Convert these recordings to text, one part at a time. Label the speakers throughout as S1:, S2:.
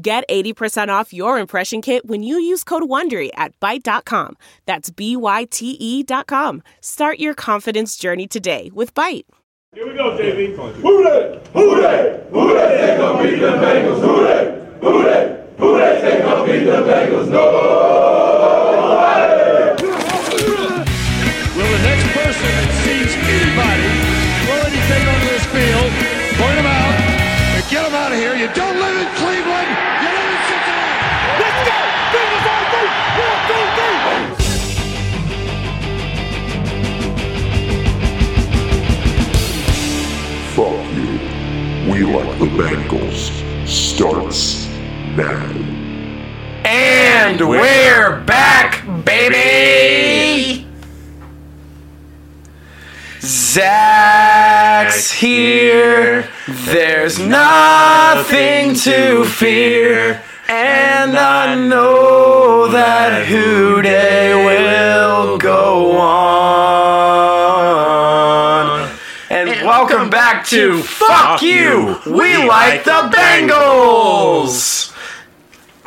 S1: Get 80% off your impression kit when you use code WONDERY at Byte.com. That's B-Y-T-E E dot com. Start your confidence journey today with Byte.
S2: Here we go, JV. Who they? Who they? Who they say gonna beat the Bengals? Who they? Who they? Who they say gonna beat the Bengals? No!
S3: Will the next person that sees anybody throw anything onto this field, point them out, and get them out of here? You don't live in Cleveland. You live in Cincinnati. Let's go! Bengals on three. One, two, three.
S4: Fuck you. We like the Bengals. Starts now.
S5: And we're back, baby! Zach's here. There's nothing to fear. And I know that Who Day will go on. And welcome back to Fuck You! We like the Bengals!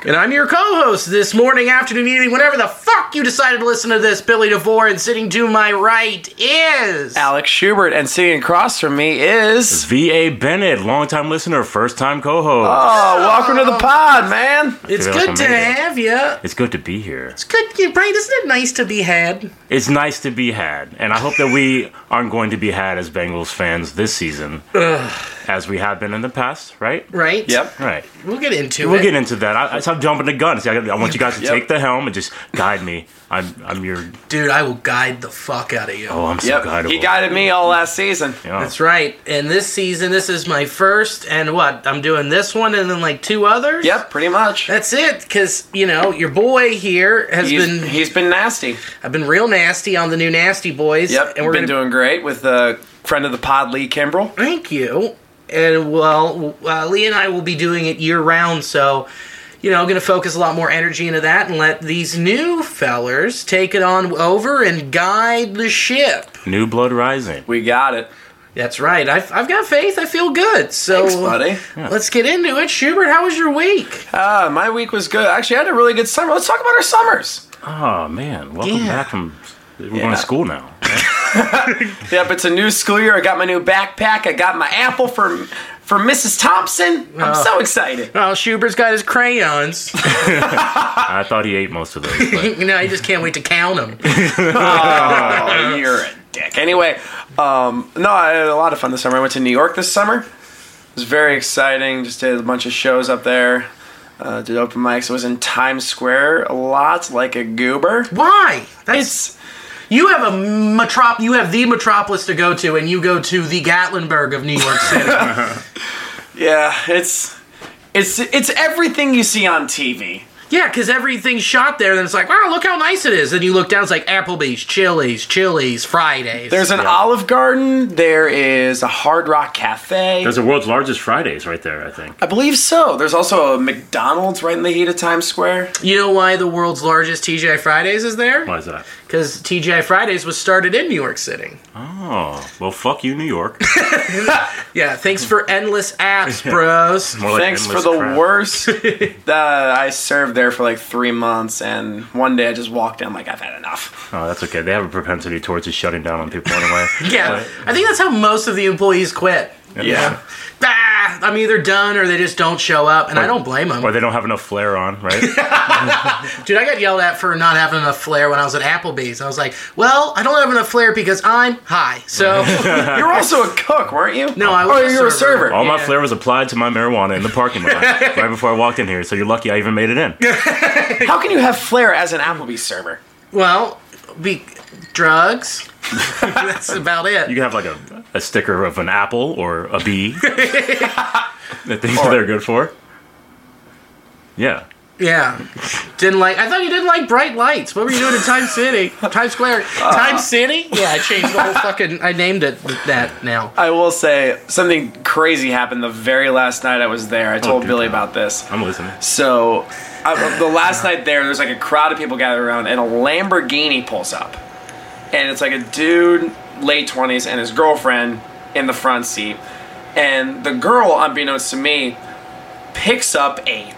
S6: And I'm your co-host this morning, afternoon, evening, whenever the fuck you decided to listen to this, Billy DeVore, and sitting to my right is
S5: Alex Schubert, and sitting across from me is.
S7: V.A. Bennett, longtime listener, first time co host.
S5: Oh, welcome to the pod, man.
S6: It's
S7: feel
S6: good
S7: like
S6: to
S7: I'm in.
S6: have you.
S7: It's good to be here.
S6: It's good, you right? Isn't it nice to be had?
S7: It's nice to be had, and I hope that we aren't going to be had as Bengals fans this season, as we have been in the past, right?
S6: Right?
S7: All right.
S6: We'll get into
S7: We'll
S6: it.
S7: get into that. I, I stop jumping the gun. See, I, I want you guys to
S5: Yep.
S7: take the helm and just guide me. I'm, I'm your.
S6: Dude, I will guide the fuck out of you.
S7: Oh, I'm so
S5: Yep.
S7: guidable.
S5: He guided me all last season.
S7: Yeah.
S6: That's right. And this season, this is my first, and what? I'm doing this one and then like two others?
S5: Yep, pretty much.
S6: That's it, because, you know, your boy here has
S5: He's
S6: been,
S5: he's been nasty.
S6: I've been real nasty on the new Nasty Boys.
S5: Yep,
S6: and we're
S5: been
S6: gonna-
S5: doing great with uh, friend of the pod, Lee Kimbrell.
S6: Thank you. And well, uh, Lee and I will be doing it year round, so you know, going to focus a lot more energy into that and let these new fellers take it on over and guide the ship.
S7: New Blood Rising.
S5: We got it.
S6: That's right. I've, I've got faith. I feel good. So,
S5: Thanks, buddy.
S6: let's get into it. Schubert, how was your week?
S5: Uh, my week was good. Actually, I had a really good summer. Let's talk about our summers.
S7: Oh, man. Welcome
S6: Yeah.
S7: back from. We're going to school now.
S5: Yep, it's a new school year. I got my new backpack. I got my apple for for Mrs. Thompson. I'm
S6: Oh.
S5: so excited.
S6: Well, Schubert's got his crayons.
S5: Ah.
S7: I thought he ate most of those. But
S6: you know, I just can't wait to count them.
S5: Oh, you're a dick. Anyway, um, no, I had a lot of fun this summer. I went to New York this summer. It was very exciting. Just did a bunch of shows up there. Uh, did open mics. I was in Times Square a lot, like a goober.
S6: Why? That's
S5: It's
S6: you have a metrop. You have the metropolis to go to, and you go to the Gatlinburg of New York City.
S5: yeah, it's it's it's everything you see on TV.
S6: Yeah, because everything's shot there, and it's like, wow, look how nice it is. And you look down, it's like Applebee's, Chili's, Chili's, Fridays.
S5: There's an Olive Garden. There is a Hard Rock Cafe.
S7: there's the world's largest Fridays right there, I think.
S5: I believe so. There's also a McDonald's right in the heat of Times Square.
S6: you know why the world's largest TGI Fridays is there?
S7: Why is that?
S6: Because TGI Fridays was started in New York City.
S7: Oh, well, fuck you, New York.
S6: Yeah, thanks for endless apps, bros.
S7: More like
S5: Thanks for
S7: endless
S5: the
S7: crap.
S5: worst. uh, I served there for like three months, and one day I just walked in. I'm like, I've had enough.
S7: Oh, that's okay. They have a propensity towards just shutting down on people anyway.
S6: Yeah, I think that's how most of the employees quit.
S5: Yeah.
S6: Ah, I'm either done or they just don't show up, and I don't blame them.
S7: Or they don't have enough flair on, right?
S6: Dude, I got yelled at for not having enough flair when I was at Applebee's. I was like, well, I don't have enough flair because I'm high. So.
S5: you were also a cook, weren't you?
S6: No, I
S5: Oh,
S6: was a
S5: you were a
S6: server.
S5: server.
S7: All my
S6: Yeah.
S7: flair was applied to my marijuana in the parking lot right before I walked in here. So you're lucky I even made it in.
S5: How can you have flair as an Applebee's server?
S6: Well, be drugs. That's about
S7: You
S6: it.
S7: can have like a, a sticker of an apple or a bee. the things that they're good for. Yeah.
S6: Yeah. Didn't like. I thought you didn't like bright lights. What were you doing in Times City? Times Square. Times City? Yeah, I changed the whole fucking. I named it that now.
S5: I will say something crazy happened the very last night I was there. I Oh, told
S7: good
S5: Billy
S7: God.
S5: about this.
S7: I'm listening.
S5: So, I, the last night there, there's like a crowd of people gathered around, and a Lamborghini pulls up, and it's like a dude, late twenties, and his girlfriend in the front seat, and the girl, unbeknownst to me, picks up a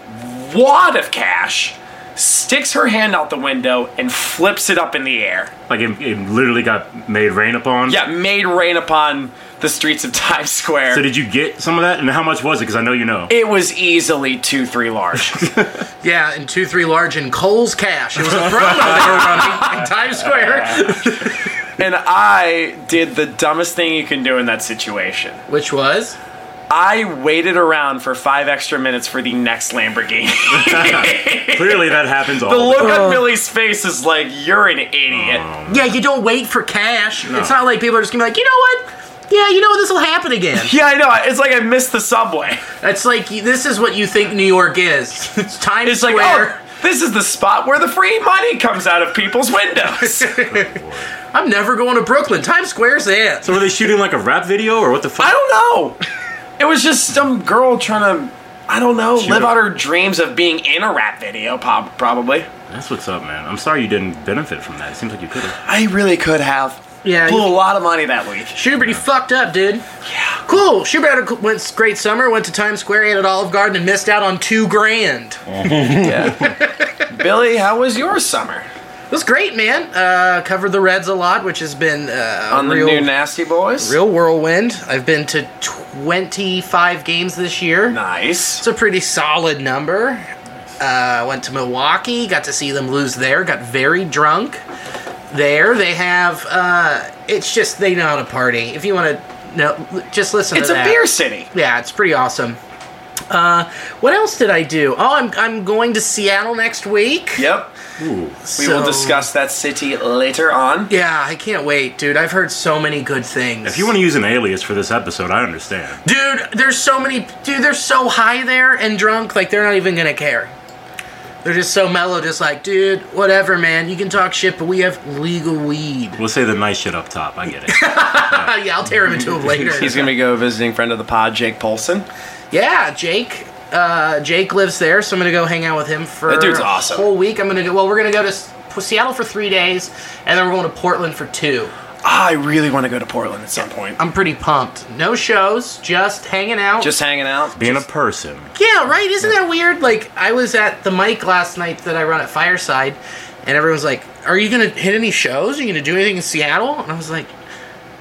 S5: wad of cash, sticks her hand out the window, and flips it up in the air.
S7: Like it, it literally got made rain upon.
S5: Yeah, made rain upon the streets of Times Square.
S7: So did you get some of that? And how much was it? Because I know you know.
S5: it was easily two, three large.
S6: Yeah, and two, three large in Cole's cash. It was a promo they were running in Times Square,
S5: and I did the dumbest thing you can do in that situation.
S6: which was
S5: I waited around for five extra minutes for the next Lamborghini.
S7: Clearly that happens all
S5: the
S7: the
S5: look
S6: Oh.
S5: on Billy's face is like, you're an idiot.
S6: Yeah, you don't wait for cash. It's not like people are just gonna be like, you know what? Yeah, you know what? This will happen again.
S5: Yeah, I know. It's like I missed the subway.
S6: That's like this is what you think New York is. It's Times
S5: It's like,
S6: Square.
S5: oh, this is the spot where the free money comes out of people's windows.
S6: I'm never going to Brooklyn. Times Square's it.
S7: So were they shooting like a rap video or what the fuck?
S5: I don't know. It was just some girl trying to, I don't know, live out her dreams of being in a rap video, prob- probably.
S7: That's what's up, man. I'm sorry you didn't benefit from that. It seems like you could have.
S5: I really could have.
S6: Yeah,
S5: Blew
S6: you-
S5: a lot of money that week.
S6: Schubert, you fucked up, dude. Yeah. Cool. Schubert had a co- went great summer. Went to Times Square, ate at Olive Garden, and missed out on two grand.
S5: Billy, how was your summer?
S6: It was great, man. Uh, covered the Reds a lot, which has been uh,
S5: On the
S6: real,
S5: new Nasty Boys?
S6: real whirlwind. I've been to 25 games this year.
S5: Nice.
S6: It's a pretty solid number. Uh, went to Milwaukee, got to see them lose there, got very drunk there. They have, uh, it's just, they know how to party. If you want to know, l- just listen
S5: It's
S6: to
S5: a
S6: that.
S5: beer city.
S6: Yeah, it's pretty awesome. Uh, what else did I do? Oh, I'm, I'm going to Seattle next week.
S5: Yep. We will
S6: So-
S5: discuss that city later on.
S6: Yeah, I can't wait, dude. I've heard so many good things.
S7: If you want to use an alias for this episode, I understand.
S6: Dude, there's so many. Dude, they're so high there and drunk, like they're not even gonna care. They're just so mellow, just like, dude, whatever, man. You can talk shit, but we have legal weed.
S7: We'll say the nice shit up top. I get it.
S6: Ah, yeah, I'll tear him into him later.
S5: He's going to go visiting friend of the pod, Jake Polson.
S6: yeah, Jake. Uh, Jake lives there, so I'm gonna go hang out with him for
S5: That dude's awesome.
S6: a whole week. I'm gonna go. Well, we're gonna go to S- Seattle for three days, and then we're going to Portland for two.
S5: Ah, I really want to go to Portland at some point.
S6: I'm pretty pumped. No shows, just hanging out.
S5: Just hanging out.
S7: Being a person.
S6: Yeah, right. Isn't that weird? Like I was at the mic last night that I run at Fireside, and everyone's like, "Are you gonna hit any shows? Are you gonna do anything in Seattle?" And I was like,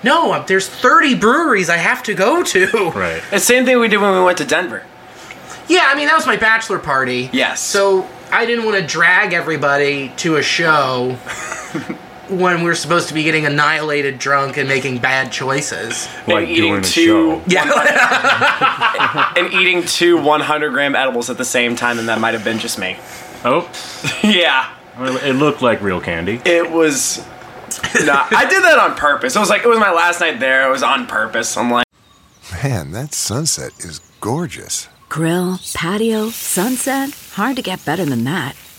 S6: "No, I'm- there's 30 breweries I have to go to."
S7: Right.
S5: It's the same thing we did when we went to Denver.
S6: Yeah, I mean that was my bachelor party.
S5: Yes.
S6: So I didn't want to drag everybody to a show when we were supposed to be getting annihilated, drunk, and making bad choices.
S7: Like
S5: eating
S7: doing a
S5: two-
S7: show.
S6: Yeah.
S5: And eating two 100 gram edibles at the same time, and that might have been just me.
S7: Oh,
S5: yeah.
S7: well, it looked like real candy.
S5: It was. Nah, I did that on purpose. It was like, it was my last night there. It was on purpose. I'm like,
S8: Man, that sunset is gorgeous.
S9: Grill, patio, sunset. Hard to get better than that.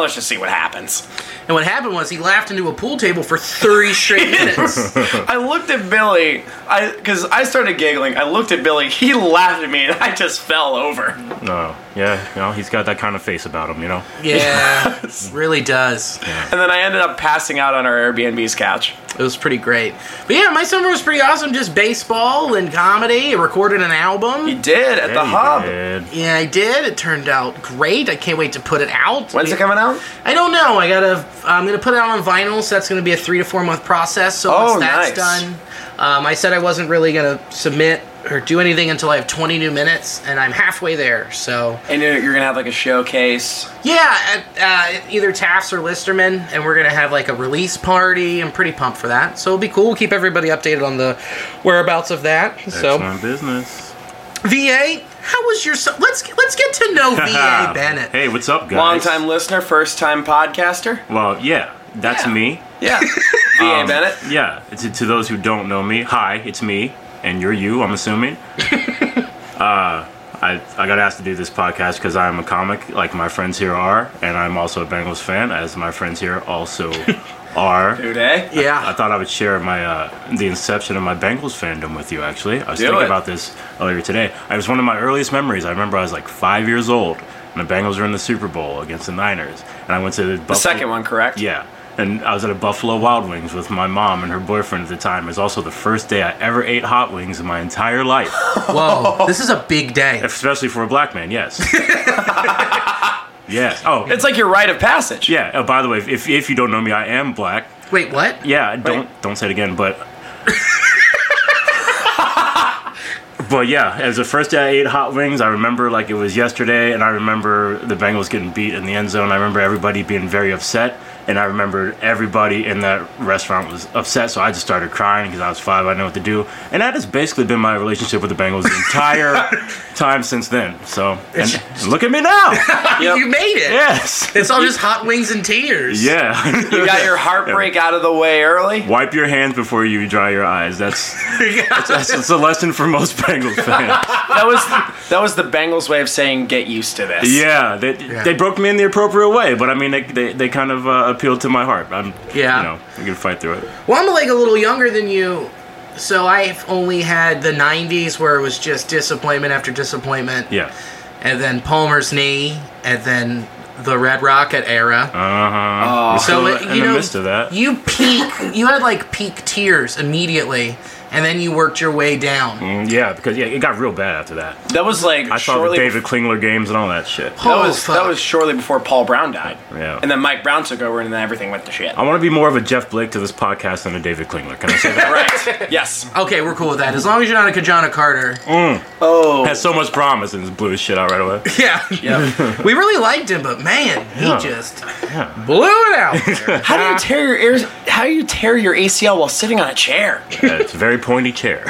S5: let's just see what happens.
S6: and what happened was he laughed into a pool table for 30 straight minutes.
S5: I looked at Billy, I because I started giggling. I looked at Billy. He laughed at me, and I just fell over.
S7: No. Yeah, you know, he's got that kind of face about him, you know?
S6: Yeah, really does.
S5: And then I ended up passing out on our Airbnb's couch.
S6: It was pretty great. But yeah, my summer was pretty awesome. Just baseball and comedy. I recorded an
S5: You
S6: album.
S5: did at the
S7: Hey,
S5: hub.
S7: dude.
S6: Yeah, I did. It turned out great. I can't wait to put it out.
S5: When's it coming out?
S6: I don't know. I gotta. I'm gonna put it out on vinyl, so that's gonna be a three to four month process. So
S5: Oh,
S6: once that's
S5: nice.
S6: done, um, I said I wasn't really gonna submit or do anything until I have 20 new minutes, and I'm halfway there. So
S5: And you're you're gonna have like a showcase.
S6: yeah, at, uh, either Tafts or Listerman, and we're gonna have like a release party. I'm pretty pumped for that. So it'll be cool. We'll keep everybody updated on the whereabouts of that. So
S7: Excellent business.
S6: VA, how was your? su- Let's let's get to know VA Bennett.
S7: Hey, what's up, guys?
S5: Long time listener, first time podcaster.
S7: Well, yeah, that's
S6: Yeah.
S7: me.
S5: Yeah. VA
S7: Um,
S5: Bennett.
S7: Yeah, to, to those who don't know me, hi, it's me, and you're you, I'm assuming. uh, I, I got asked to do this podcast because I'm a comic, like my friends here are, and I'm also a Bengals fan, as my friends here also are.
S5: Today.
S7: I
S6: Yeah,
S7: thought I would share my uh, the inception of my Bengals fandom with you. Actually, I was
S5: Do
S7: thinking
S5: it.
S7: about this earlier today. It was one of my earliest memories. I remember I was like five years old, and the Bengals were in the Super Bowl against the Niners, and I went to the,
S5: The second one, correct?
S7: Yeah, and I was at a Buffalo Wild Wings with my mom and her boyfriend at the time. It was also the first day I ever ate hot wings in my entire life,
S6: whoa, this is a big day.
S7: especially for a black man. Yes. yes. Oh.
S5: It's like your rite of passage.
S7: yeah. Oh, by the way, if, if you don't know me, I am black.
S6: Wait, what?
S7: Yeah, don't don't say it again, but But yeah, as the first day I ate hot wings, I remember like it was yesterday, and I remember the Bengals getting beat in the end zone. I remember everybody being very upset, and I remember everybody in that restaurant was upset. So I just started crying because I was five. I didn't know what to do, and that has basically been my relationship with the Bengals the entire time since then. So and, and look at me now.
S5: Yep.
S6: You made it.
S7: Yes.
S6: It's all just hot wings and tears.
S7: Yeah.
S5: You got your heartbreak out of the way early.
S7: Wipe your hands before you dry your eyes. That's that's, that's, that's a lesson for most Bengals fans.
S5: That was that was the Bengals way of saying get used to this.
S7: yeah, they, they broke me in the appropriate way, but I mean, they, they, they kind of uh, appealed to my heart. I'm,
S6: Yeah.
S7: you know, I'm gonna fight through it.
S6: Well, I'm like a little younger than you, so I've only had the 90s where it was just disappointment after disappointment.
S7: Yeah.
S6: And then Palmer's knee, and then the Red Rocket era.
S7: Uh huh.
S6: so, it,
S7: in
S6: you
S7: the
S6: know,
S7: midst of that,
S6: you peak, you had like peak tears immediately, and then you worked your way down.
S7: Mm, yeah, because yeah, it got real bad after that.
S5: That was like
S7: I saw the
S5: shortly
S7: David Klingler games and all that shit.
S5: That
S6: Oh,
S5: was
S6: fuck.
S5: that was shortly before Paul Brown died.
S7: Yeah.
S5: And then Mike Brown took over, and then everything went to shit.
S7: I want to be more of a Jeff Blake to this podcast than a David Klingler. Can I say that?
S5: Right. yes.
S6: Okay, we're cool with that. As long as you're not a Kajana Carter.
S7: Mm.
S5: Oh.
S7: Has so much promise and just blew his shit out right away.
S6: Yeah.
S5: Yep.
S6: we really liked him, but man, he
S7: Yeah.
S6: just blew it out. there.
S5: How do you tear your ears? How do you tear your ACL while sitting on a chair?
S7: Yeah, it's a very pointy chair.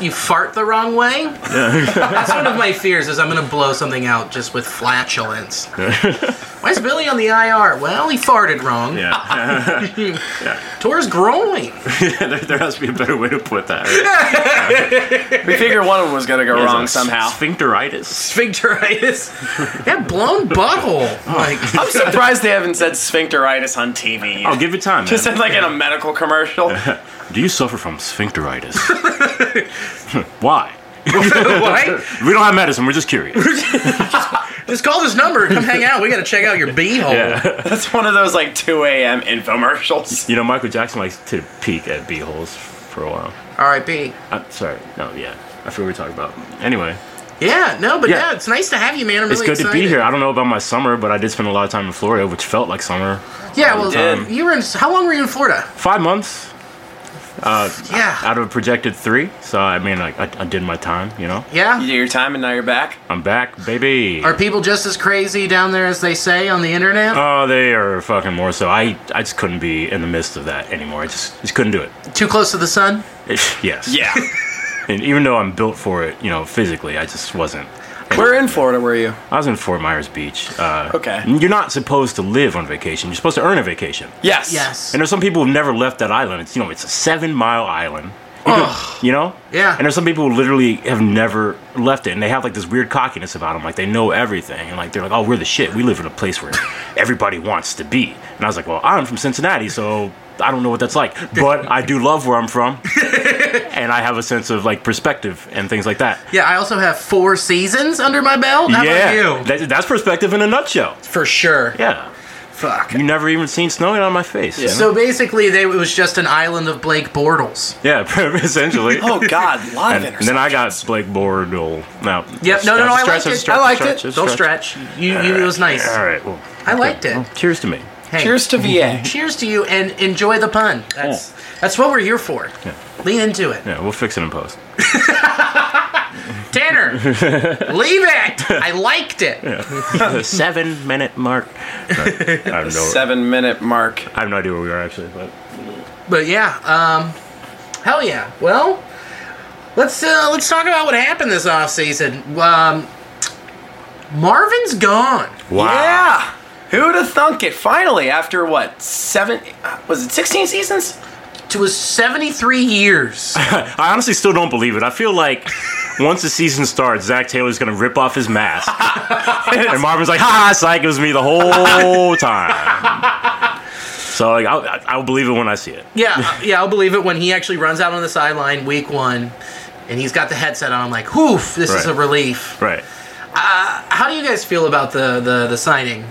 S6: you fart the wrong way. That's one of my fears is I'm gonna blow something out just with flatulence. Why's Billy on the IR? Well, he farted wrong.
S7: yeah.
S6: Tore his groin.
S7: there, there has to be a better way to put that.
S5: We figured one of them was gonna go wrong
S7: It's a
S5: somehow.
S7: Sphincteritis.
S6: Sphincteritis. That blown butthole.
S7: Oh.
S6: Like,
S5: I'm surprised they haven't said sphincteritis on TV.
S7: I'll give it time.
S5: Just
S7: man.
S5: said like in a medical commercial.
S7: Do you suffer from sphincteritis? Why?
S6: why?
S7: We don't have medicine. We're just curious.
S6: Just call this number. Come hang out. We gotta check out your beehole.
S5: That's one of those like 2 a.m. infomercials.
S7: you know, Michael Jackson likes to peek at bee holes for a while.
S6: R.I.P.
S7: I'm sorry. No, yeah. I forgot what we were talking about. Anyway,
S6: Yeah, no, but yeah.
S7: Yeah.
S6: it's nice to have you, man. I'm
S7: it's
S6: really
S7: good to
S6: excited.
S7: be here. I don't know about my summer, but I did spend a lot of time in Florida, which felt like summer.
S6: Yeah, well,
S7: Um,
S5: did.
S6: you were in. How long were you in Florida?
S7: Five months
S6: Yeah.
S7: out of a projected three. So, I mean, like, I, I did my time, you know?
S5: You
S6: Yeah.
S5: did your time and now you're back.
S7: I'm back, baby.
S6: Are people just as crazy down there as they say on the internet?
S7: Oh, they are fucking more so. I, I just couldn't be in the midst of that anymore. I just, just couldn't do it.
S6: Too close to the sun?
S7: yes.
S5: Yeah.
S7: And even though I'm built for it, you know, physically, I just wasn't.
S5: Where in Florida were you?
S7: I was in Fort Myers Beach. Uh,
S5: Okay.
S7: You're not supposed to live on vacation. You're supposed to earn a vacation.
S5: Yes.
S6: Yes.
S7: And there's some people who've never left that island. It's you know, it's a seven mile island. You could- you know?
S6: Yeah.
S7: And there's some people who literally have never left it, and they have like this weird cockiness about them. Like they know everything, and like they're like, "Oh, we're the shit. We live in a place where everybody wants to be." And I was like, "Well, I'm from Cincinnati, so I don't know what that's like, but I do love where I'm from." and I have a sense of like perspective and things like that.
S6: Yeah, I also have four seasons under my belt. How
S7: yeah,
S6: about you?
S7: That, that's perspective in a nutshell.
S6: For sure.
S7: Yeah,
S6: Fuck.
S7: you never even seen snow on my face. you know?
S6: So basically, they, it was just an island of Blake Bortles.
S7: yeah, essentially.
S5: Oh God, a lot of
S7: And, and
S5: interceptions.
S7: then I got Blake Bordel. No.
S6: Yep.
S7: that's-
S6: No, no, no. I
S7: that's a
S6: liked
S7: that's a
S6: it. I liked
S7: that's
S6: it.
S7: a
S6: Don't stretch. You, you, it was nice.
S7: All right. Well,
S6: I liked it.
S7: well, cheers to me.
S6: Hey,
S5: Cheers to VA.
S6: Cheers to you, and enjoy the pun. That's that's what we're here for. Lean into it,
S7: Yeah, we'll fix it in post.
S6: Tanner. leave it. I liked it.
S7: the seven minute mark. No, I have no,
S5: Seven minute mark.
S7: I have no idea where we are actually, but
S6: But yeah, um, hell yeah. Well, let's uh, let's talk about what happened this offseason. Um, Marvin's gone.
S5: Yeah. Who'd have thunk it? Finally, after what seven? uh, Was it sixteen seasons?
S6: to his 73 years.
S7: I honestly still don't believe it. I feel like once the season starts, Zach Taylor's gonna rip off his mask, and Marvin's like, "Ha ha, psych, it was me the whole time." So like, I'll, I'll believe it when I see it.
S6: yeah, uh, yeah, I'll believe it when he actually runs out on the sideline week one and he's got the headset on. I'm like, whoof, this is
S7: Right.
S6: a relief.
S7: Right.
S6: How do you guys feel about the, the, the signing?
S5: Of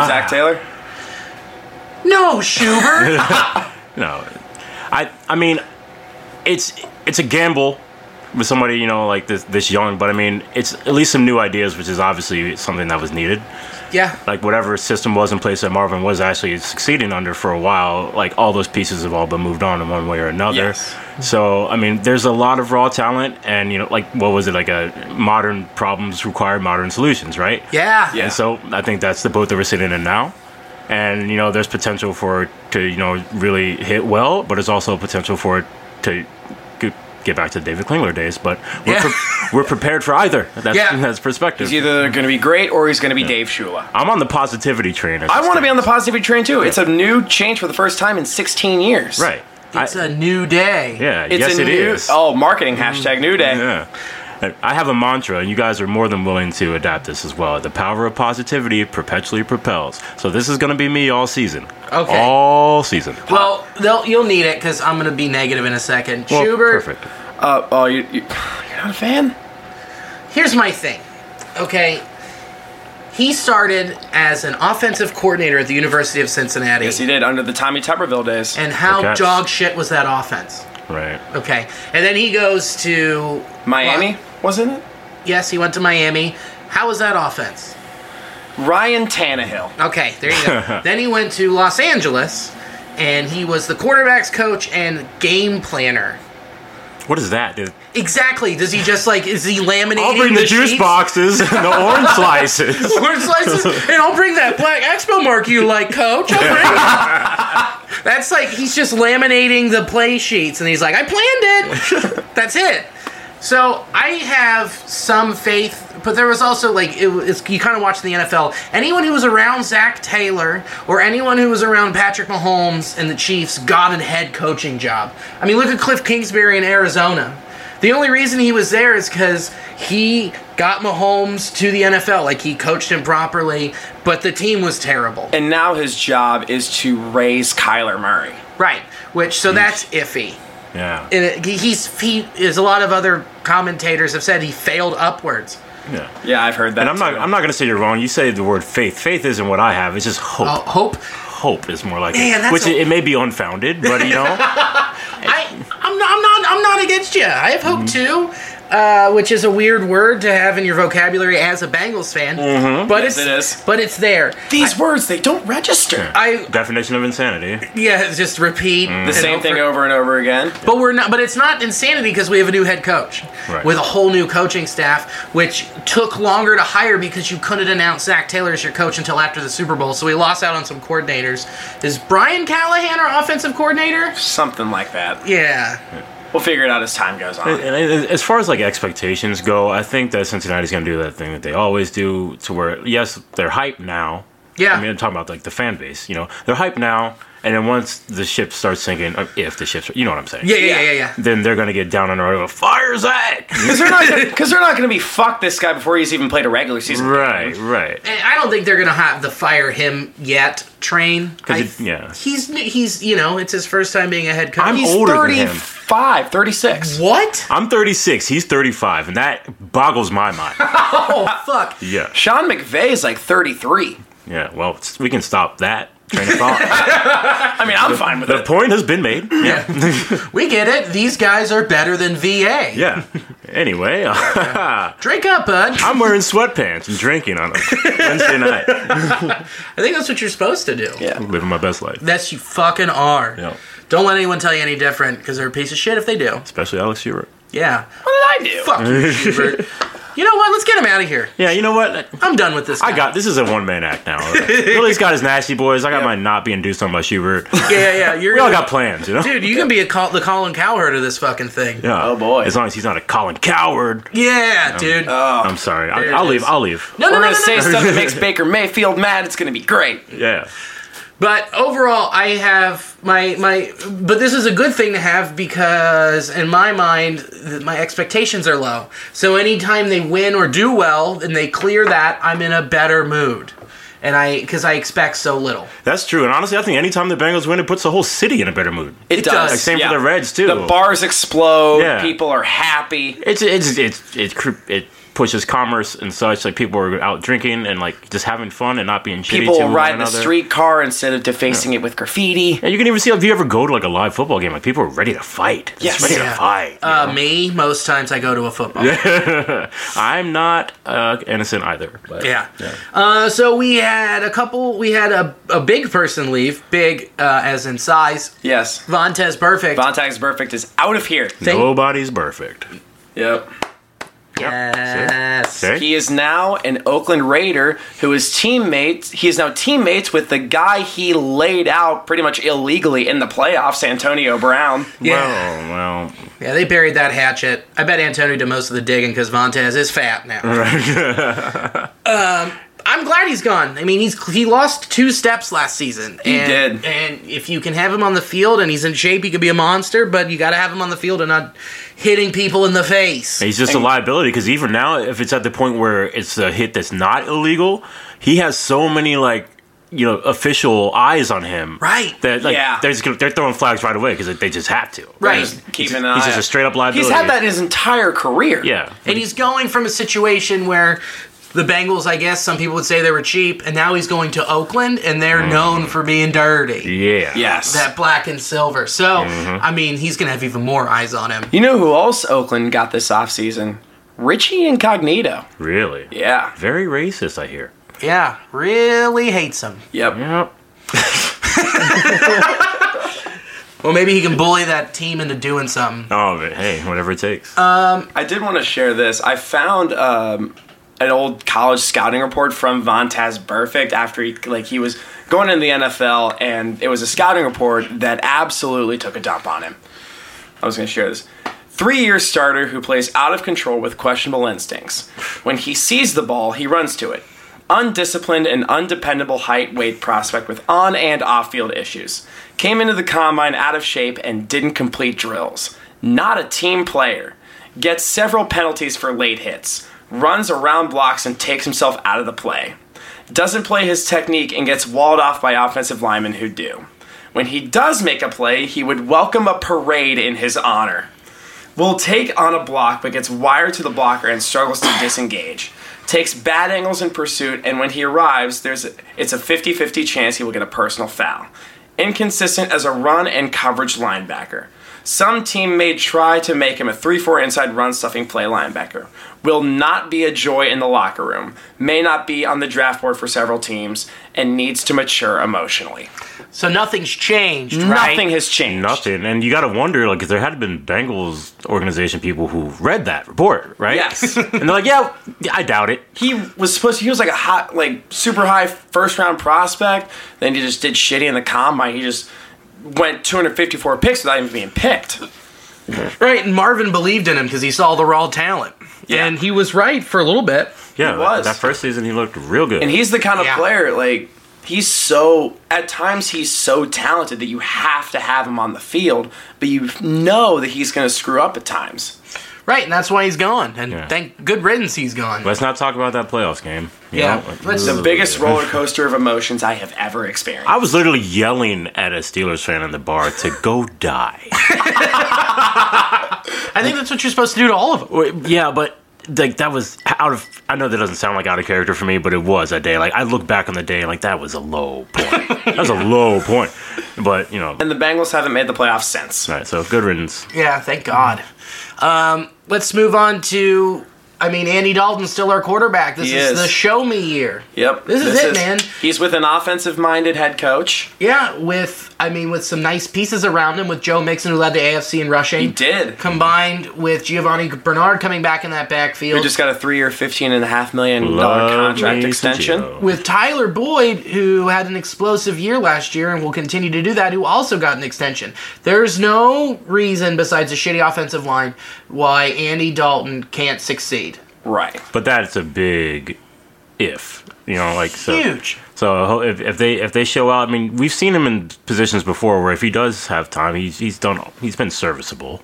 S7: Ah.
S5: Zach Taylor.
S6: No, Schubert.
S7: No, I I mean, it's it's a gamble with somebody you know like this this young, but I mean, it's at least some new ideas, which is obviously something that was needed.
S6: yeah.
S7: Like whatever system was in place that Marvin was actually succeeding under for a while, like all those pieces have all been moved on in one way or another.
S5: Yes. Mm-hmm.
S7: So I mean, there's a lot of raw talent, and you know, like what was it like a modern problems require modern solutions, right?
S6: Yeah.
S5: Yeah.
S7: And so I think that's the boat that we're sitting in now. And you know, there's potential for it to you know really hit well, but there's also potential for it to g- get back to David Klingler days. But we're,
S6: Yeah.
S7: pre- we're prepared for either. That's
S6: Yeah.
S7: that's perspective.
S5: He's either going to be great or he's going to be Dave Shula.
S7: I'm on the positivity train.
S5: I want to be on the positivity train too. It's a new change for the first time in 16 years.
S7: right. I-
S6: It's a new day.
S7: yeah.
S5: It's
S7: yes,
S5: a
S7: it
S5: new,
S7: is. Mm-hmm.
S5: Oh, marketing hashtag new day.
S7: Yeah. I have a mantra, and you guys are more than willing to adapt this as well. The power of positivity perpetually propels. So this is going to be me all season.
S6: Okay.
S7: All season.
S6: Well, they'll, you'll need it because I'm going to be negative in a second.
S7: Well,
S6: Schubert,
S7: Perfect.
S5: Uh, oh, you, you, you're not a fan?
S6: here's my thing. Okay. He started as an offensive coordinator at the University of Cincinnati.
S5: Yes, he did under the Tommy Tupperville days.
S6: and how
S7: Okay.
S6: dog shit was that offense?
S7: Right.
S6: Okay, and then he goes to
S5: Miami, wasn't it?
S6: Yes, he went to Miami. How was that offense?
S5: Ryan Tannehill.
S6: Okay, there you go. then he went to Los Angeles, and he was the quarterbacks coach and game planner.
S7: What is that? Dude?
S6: Exactly. Does he just like is he laminating?
S7: I'll bring the, juice
S6: sheets?
S7: boxes and the orange slices.
S6: Orange slices, and I'll bring that black expo mark you like, coach. I'll bring it. That's like he's just laminating the play sheets, and he's like, I planned it. That's it. So I have some faith, but there was also like it, was- it's, you kind of watch the NFL. Anyone who was around Zach Taylor or anyone who was around Patrick Mahomes and the Chiefs got a head coaching job. I mean, look at Cliff Kingsbury in Arizona. The only reason he was there is because he got Mahomes to the NFL. Like he coached him properly, but the team was terrible.
S5: And now his job is to raise Kyler Murray.
S6: Right. Which so that's iffy.
S7: yeah.
S6: And it, he's he is a lot of other commentators have said he failed upwards.
S7: yeah.
S5: Yeah, I've heard that.
S7: And I'm not.
S5: too.
S7: I'm not gonna say you're wrong. You say the word faith. Faith isn't what I have. It's just hope.
S6: Uh, hope.
S7: Hope is more like
S6: Man,
S7: it.
S6: that's
S7: Which
S6: a-
S7: it, it may be unfounded, but you know.
S6: I I'm not I'm not I'm not against you. I have hope too.
S5: Mm-hmm.
S6: Uh, which is a weird word to have in your vocabulary as a Bengals fan, but
S5: Mm-hmm. Yes,
S6: it's
S5: it is.
S6: but it's there.
S5: These words, they don't register.
S6: I
S7: definition of insanity.
S6: yeah, it's just repeat
S5: Mm. the same thing over and over again.
S6: But we're not. But it's not insanity because we have a new head coach
S7: Right.
S6: with a whole new coaching staff, which took longer to hire because you couldn't announce Zach Taylor as your coach until after the Super Bowl. So we lost out on some coordinators. Is Brian Callahan our offensive coordinator?
S5: Something like that.
S6: Yeah.
S5: We'll figure it out as time goes on.
S7: And I- as far as like expectations go, I think that Cincinnati's gonna do that thing that they always do, to where yes, they're hype now.
S6: Yeah.
S7: I mean, I'm talking about like the fan base. You know, they're hype now, and then once the ship starts sinking, or if the ship, you know what I'm saying?
S6: yeah. Yeah. Yeah. Yeah. Yeah.
S7: Then they're gonna get down on the road and go, fire Zach!
S5: Because they're not because they're not going to be fuck this guy before he's even played a regular season.
S7: right, right.
S6: And I don't think they're gonna have the fire him yet train.
S7: 'Cause
S6: I-
S7: it- yeah.
S6: He's he's you know it's his first time being a head coach.
S7: I'm
S6: He's-
S7: older than him.
S5: 35, 36.
S6: What?
S7: I'm 36. He's 35, and that boggles my mind.
S6: Oh fuck!
S7: Yeah,
S5: Sean McVay's like 33.
S7: yeah. Well, it's- we can stop that train of thought.
S5: I mean, I'm fine with
S7: the
S5: it.
S7: point has been made. Yeah,
S6: We get it. These guys are better than VA.
S7: yeah. Anyway, uh,
S6: Drink up, bud.
S7: I'm wearing sweatpants and drinking on a Wednesday night,
S6: I think that's what you're supposed to do.
S5: Yeah.
S7: living my best life.
S6: That's you fucking are.
S7: Yeah.
S6: Don't let anyone tell you any different because they're a piece of shit if they do.
S7: Especially Alex Stewart.
S6: Yeah.
S5: What did I do?
S6: Fuck you, Schubert. You know what? Let's get him out of here.
S7: Yeah, you know what?
S6: I'm done with this. Guy.
S7: I got this is a one man act now. Billy's got his nasty boys. I got mine not being induced on my Schubert.
S6: Yeah, yeah, yeah. You're
S7: We all
S6: gonna-
S7: got plans, you know.
S6: Dude, you can be a col- the Colin Cowherd of this fucking thing. Yeah,
S7: Yeah.
S5: Oh, boy.
S7: As long as he's not a Colin coward.
S6: dude.
S7: I'm sorry. I,
S6: there it
S7: I'll
S6: is.
S7: leave. I'll leave.
S6: no, no,
S5: Uh, We're
S6: no,
S5: going
S6: no,
S5: to
S6: no,
S5: say
S6: no.
S5: stuff that makes Baker Mayfield mad. It's going to be great.
S7: Yeah.
S6: But overall, I have my my. But this is a good thing to have because, in my mind, th- my expectations are low. So anytime they win or do well and they clear that, I'm in a better mood, and I because I expect so little.
S7: That's true. And honestly, I think anytime the Bengals win, it puts the whole city in a better mood.
S5: It,
S6: does.
S5: does.
S6: Like,
S7: same for
S5: yeah.
S7: the Reds, too.
S5: The bars explode.
S7: Yeah.
S5: People are happy.
S7: It's it's it's it cr- it pushes commerce and such. Like people are out drinking and like just having fun and not being shitty
S5: People
S7: to
S5: will ride
S7: one
S5: in a
S7: another.
S5: streetcar instead of defacing it with graffiti.
S7: And you can even see like, if you ever go to like a live football game, like people are ready to fight. Just
S5: Yes.
S7: ready
S5: Yeah.
S7: to fight.
S6: Uh, me, most times I go to a football. Yeah.
S7: I'm not uh, innocent either. But.
S6: Uh, so we had a couple. We had a, a big person leave, big uh, as in size.
S5: Yes.
S6: Vontez perfect.
S5: Vontaze Perfect is out of here.
S6: Thank-
S7: Nobody's perfect.
S5: Yep.
S6: yes.
S7: See?
S5: He is now an Oakland Raider who is teammates. He is now teammates with the guy he laid out pretty much illegally in the playoffs, Antonio Brown.
S6: Yeah.
S7: Oh, Well, well,
S6: Yeah, they buried that hatchet. I bet Antonio did most of the digging because Vontez is fat now. um, I'm glad he's gone. I mean, he's he lost two steps last season.
S5: He
S6: and,
S5: did.
S6: And if you can have him on the field and he's in shape, he could be a monster. But you got to have him on the field and not hitting people in the face.
S7: he's just a liability because even now, if it's at the point where it's a hit that's not illegal, he has so many like you know official eyes on him.
S6: Right.
S7: That like
S5: Yeah.
S7: they're just gonna, they're throwing flags right away because they just have to.
S6: Right.
S5: Just keep an eye
S7: He's just
S5: out.
S7: a straight up
S5: He's
S7: liability.
S5: had that his entire career.
S7: Yeah.
S6: And he's going from a situation where the Bengals, I guess, some people would say they were cheap, and now he's going to Oakland, and they're known for being dirty.
S7: Yeah.
S5: Mm-hmm. Yes. Mm-hmm.
S6: that black and silver. So, I mean, he's going to have even more eyes on him.
S5: you know who else Oakland got this offseason? Richie Incognito.
S7: Really.
S5: Yeah.
S7: Very racist, I hear.
S6: Yeah, really hates him.
S5: Yep.
S7: Yep.
S6: Well, maybe he can bully that team into doing something.
S7: Oh, but hey, whatever it takes.
S5: I did want to share this. I found um, an old college scouting report from Vontaz Perfect after he like he was going in the NFL, and it was a scouting report that absolutely took a dump on him. I was going to share this. Three-year starter who plays out of control with questionable instincts. When he sees the ball, he runs to it. Undisciplined and undependable height weight prospect with on and off field issues. Came into the combine out of shape and didn't complete drills. Not a team player. Gets several penalties for late hits. Runs around blocks and takes himself out of the play. Doesn't play his technique and gets walled off by offensive linemen who do. When he does make a play, he would welcome a parade in his honor. Will take on a block but gets wired to the blocker and struggles to disengage. Takes bad angles in pursuit, and when he arrives, there's it's a 50 50 chance he will get a personal foul. Inconsistent as a run and coverage linebacker. Some team may try to make him a 3 4 inside run stuffing play linebacker. Will not be a joy in the locker room, may not be on the draft board for several teams, and needs to mature emotionally.
S6: So nothing's changed, right?
S5: Nothing has changed.
S7: Nothing. And you got to wonder, like, if there had been Bengals organization people who read that report, right?
S5: Yes.
S7: and they're like, yeah, I doubt it.
S5: he was supposed to, he was like a hot like super high first round prospect then he just did shitty in the combine he just went 254 picks without even being picked
S6: Right, and Marvin believed in him because he saw the raw talent.
S5: Yeah.
S6: And he was right for a little bit.
S7: Yeah,
S5: He was.
S7: that first season he looked real good.
S5: and he's the kind of
S6: Yeah.
S5: player like he's so at times he's so talented that you have to have him on the field but you know that he's going to screw up at times
S6: Right, and that's why he's gone. And
S7: Yeah.
S6: thank good riddance he's gone.
S7: Let's not talk about that playoffs game. you
S6: Yeah,
S7: know?
S6: let's-
S5: The biggest roller coaster of emotions I have ever experienced.
S7: I was literally yelling at a Steelers fan in the bar to go die.
S6: I think that's what you're supposed to do to all of them.
S7: Wait, yeah, but like that was out of. I know that doesn't sound like out of character for me, but it was that day. Like I look back on the day, and like that was a low point. that was a low point. But you know,
S5: And the Bengals haven't made the playoffs since.
S7: all right. So good riddance.
S6: Yeah, thank God. Um, let's move on to. I mean, Andy Dalton's still our quarterback. This
S5: He
S6: is,
S5: is.
S6: the show me year.
S5: Yep.
S6: This is it, man.
S5: He's with an offensive minded head coach.
S6: Yeah, with I mean, with some nice pieces around him, with Joe Mixon who led the AFC in rushing.
S5: He did.
S6: Combined with Giovanni Bernard coming back in that backfield.
S5: We just got a three year, $15.5 million
S7: Love me
S5: contract
S7: some
S5: extension.
S7: Gio.
S6: with Tyler Boyd, who had an explosive year last year and will continue to do that, who also got an extension. There's no reason besides a shitty offensive line why Andy Dalton can't succeed.
S5: Right.
S7: But that's a big if. You know, like so.
S6: Huge.
S7: So I hope- if, if they if they show out, I mean, we've seen him in positions before where if he does have time, he's he's done he's been serviceable.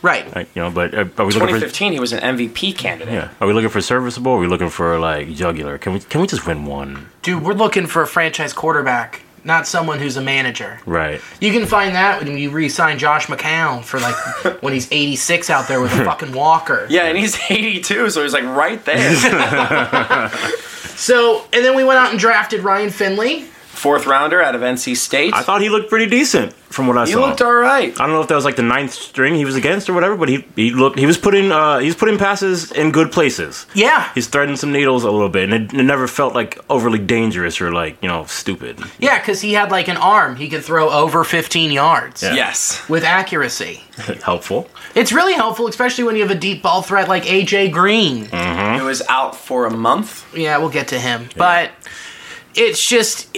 S6: Right.
S7: Like, you know, but uh, are, are we looking for
S5: 2015, he was an MVP candidate.
S7: yeah? Are we looking for serviceable? Or are we looking for like jugular? Can we can we just win one?
S6: Dude, we're looking for a franchise quarterback, not someone who's a manager.
S7: Right.
S6: You can find that when you re sign Josh McCown for like when he's 86 out there with a fucking walker.
S5: Yeah, and he's 82, so he's like right there.
S6: So, and then we went out and drafted Ryan Finley.
S5: Fourth rounder out of NC State.
S7: I thought he looked pretty decent from what I
S5: he
S7: saw.
S5: looked all right.
S7: I don't know if that was like the ninth string he was against or whatever, but he he looked he was putting uh, he was putting passes in good places.
S6: Yeah.
S7: He's threading some needles a little bit, and it, it never felt like overly dangerous or like you know stupid.
S6: Yeah, because he had like an arm he could throw over 15 yards
S7: Yeah.
S5: Yes.
S6: with accuracy.
S7: Helpful.
S6: It's really helpful, especially when you have a deep ball threat like AJ Green.
S5: He was out for a month.
S6: Yeah, we'll get to him, but it's just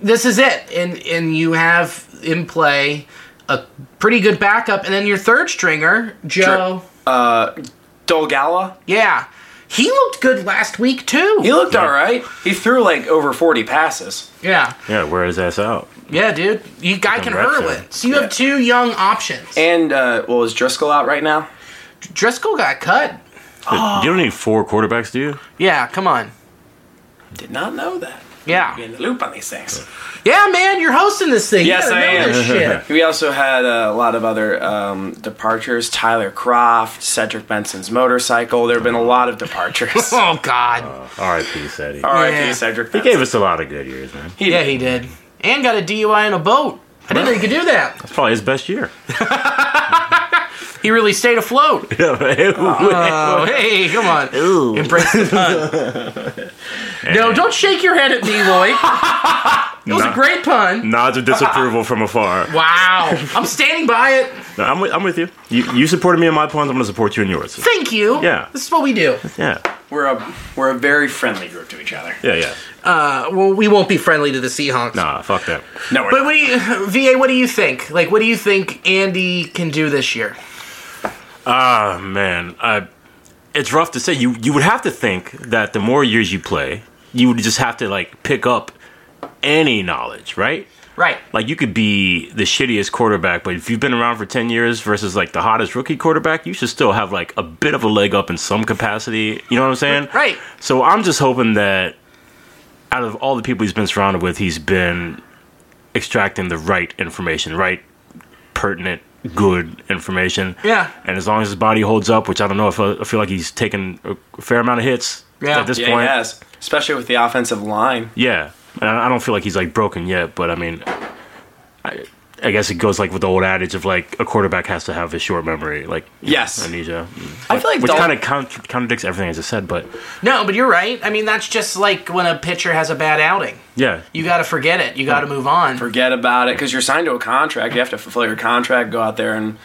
S6: this is it, and and you have in play a pretty good backup, and then your third stringer, Joe.
S5: Dolgala.
S6: Yeah, he looked good last week too.
S5: He looked all right. He threw like over 40 passes.
S6: yeah,
S7: Yeah, wear his ass out.
S6: yeah, dude, you guy can
S7: reps
S6: hurl
S7: in.
S6: it. So you have two young options.
S5: And uh, well, is Driscoll out right now?
S6: Driscoll got cut.
S7: You don't need four quarterbacks, do you?
S6: Yeah, come on.
S5: Did not know that. Be
S6: Yeah,
S5: in the loop on these things.
S6: yeah, man, you're hosting this thing. You
S5: Yes,
S6: gotta
S5: I
S6: know
S5: am.
S6: This shit.
S5: We also had uh, a lot of other um, departures. Tyler Croft, Cedric Benson's motorcycle. There have been a lot of departures.
S6: Oh God.
S7: R.I.P. Sadie.
S5: R.I.P.
S6: Yeah.
S5: Cedric
S7: He
S5: Benson.
S7: gave us a lot of good years, man.
S6: Yeah, he did, and got a DUI in a boat. I didn't know you could do that.
S7: It's probably his best year.
S6: He really stayed afloat. Oh, hey, come on. Embrace the pun. no, don't shake your head at me, Lloyd. It was a
S7: Nah.
S6: great pun.
S7: Nods of disapproval from afar.
S6: Wow. I'm standing by it.
S7: No, I'm, with, I'm with you. you. You supported me in my puns. I'm going to support you in yours.
S6: Thank you.
S7: Yeah.
S6: This is what we do.
S7: Yeah.
S5: We're a we're a very friendly group to each other.
S7: Yeah, yeah.
S6: Uh, well, we won't be friendly to the Seahawks.
S7: Nah, fuck that.
S5: No, we're
S6: But
S5: not.
S6: what do you, VA, what do you think? Like, what do you think Andy can do this year?
S7: Ah, man. I, it's rough to say. You you would have to think that the more years you play, you would just have to like pick up any knowledge, right?
S6: Right.
S7: Like you could be the shittiest quarterback, but if you've been around for ten years versus like the hottest rookie quarterback, you should still have like a bit of a leg up in some capacity. You know what I'm saying?
S6: Right.
S7: So I'm just hoping that out of all the people he's been surrounded with, he's been extracting the right information, right pertinent, good information.
S6: Yeah.
S7: And as long as his body holds up, which I don't know if uh, I feel like he's taken a fair amount of hits
S6: Yeah.
S7: at this
S5: yeah, he
S7: point.
S5: has, especially with the offensive line.
S7: Yeah, and I I don't feel like he's like broken yet, but I mean, I, I guess it goes like with the old adage of like a quarterback has to have a short memory, like you
S5: Yes.
S7: know, amnesia, mm,
S5: I feel like
S7: which
S5: Dol-
S7: kind of contra- contradicts everything I just said. But
S6: No, but you're right. I mean, that's just like when a pitcher has a bad outing.
S7: yeah,
S6: You got to forget it. You got to move on.
S5: forget about it because you're signed to a contract. You have to fulfill your contract, go out there and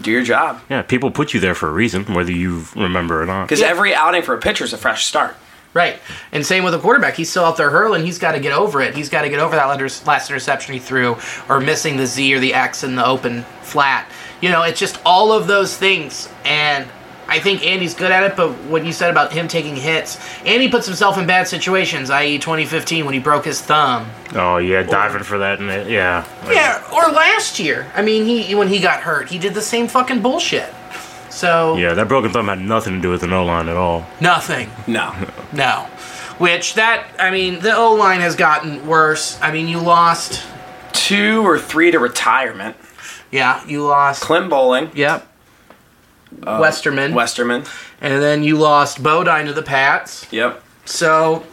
S5: do your job.
S7: yeah, people put you there for a reason, whether you remember or not.
S5: Because every outing for a pitcher is a fresh start.
S6: Right. And same with the quarterback. He's still out there hurling. He's got to get over it. He's got to get over that letter- last interception he threw or missing the Z or the X in the open flat. You know, it's just all of those things. And I think Andy's good at it, but what you said about him taking hits, Andy puts himself in bad situations, i.e., 2015 when he broke his thumb.
S7: Oh yeah, diving for that, and it, yeah, like,
S6: Yeah, or last year. I mean, he when he got hurt, he did the same fucking bullshit. So
S7: Yeah, that broken thumb had nothing to do with an O line at all.
S6: nothing.
S5: No.
S6: No. Which that I mean, the O line has gotten worse. I mean, you lost.
S5: Two or three to retirement.
S6: Yeah, you lost.
S5: Clem Bowling,
S6: Yep.
S7: Uh,
S6: Westerman.
S5: Westerman.
S6: And then you lost Bodine to the Pats.
S5: Yep.
S6: So,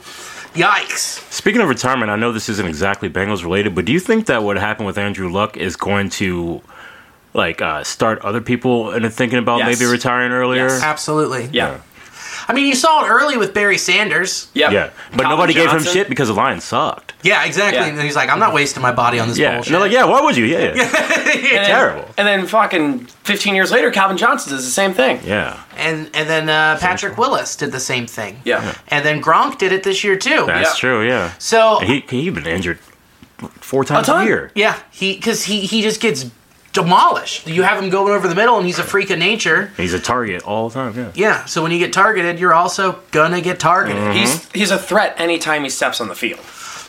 S6: yikes.
S7: Speaking of retirement, I know this isn't exactly Bengals related, but do you think that what happened with Andrew Luck is going to like uh, start other people into thinking about
S5: Yes.
S7: maybe retiring earlier?
S5: Yes.
S6: Absolutely.
S5: Yeah.
S6: I mean, you saw it early with Barry Sanders.
S5: Yep.
S7: Yeah, but
S5: Calvin
S7: nobody gave
S5: Johnson.
S7: him shit because the Lions sucked.
S6: Yeah, exactly.
S5: Yeah.
S6: And he's like, I'm not wasting my body on this
S7: Yeah, and
S6: bullshit.
S7: they're like, yeah, why would you? Yeah, yeah,
S5: And then-
S7: terrible.
S5: And then fucking 15 years later, Calvin Johnson does the same thing.
S7: yeah.
S6: And, and then uh, Patrick Willis did the same thing.
S5: Yeah.
S6: And then Gronk did it this year, too.
S7: That's
S5: Yeah.
S7: true. Yeah,
S6: So,
S7: he he been injured four times a,
S5: ton.
S7: year.
S6: yeah, he because he, he just gets demolished. You have him going over the middle, and he's a freak of nature.
S7: He's a target all the time. Yeah.
S6: Yeah, so when you get targeted, you're also gonna get targeted.
S7: Mm-hmm.
S5: He's he's a threat anytime he steps on the field.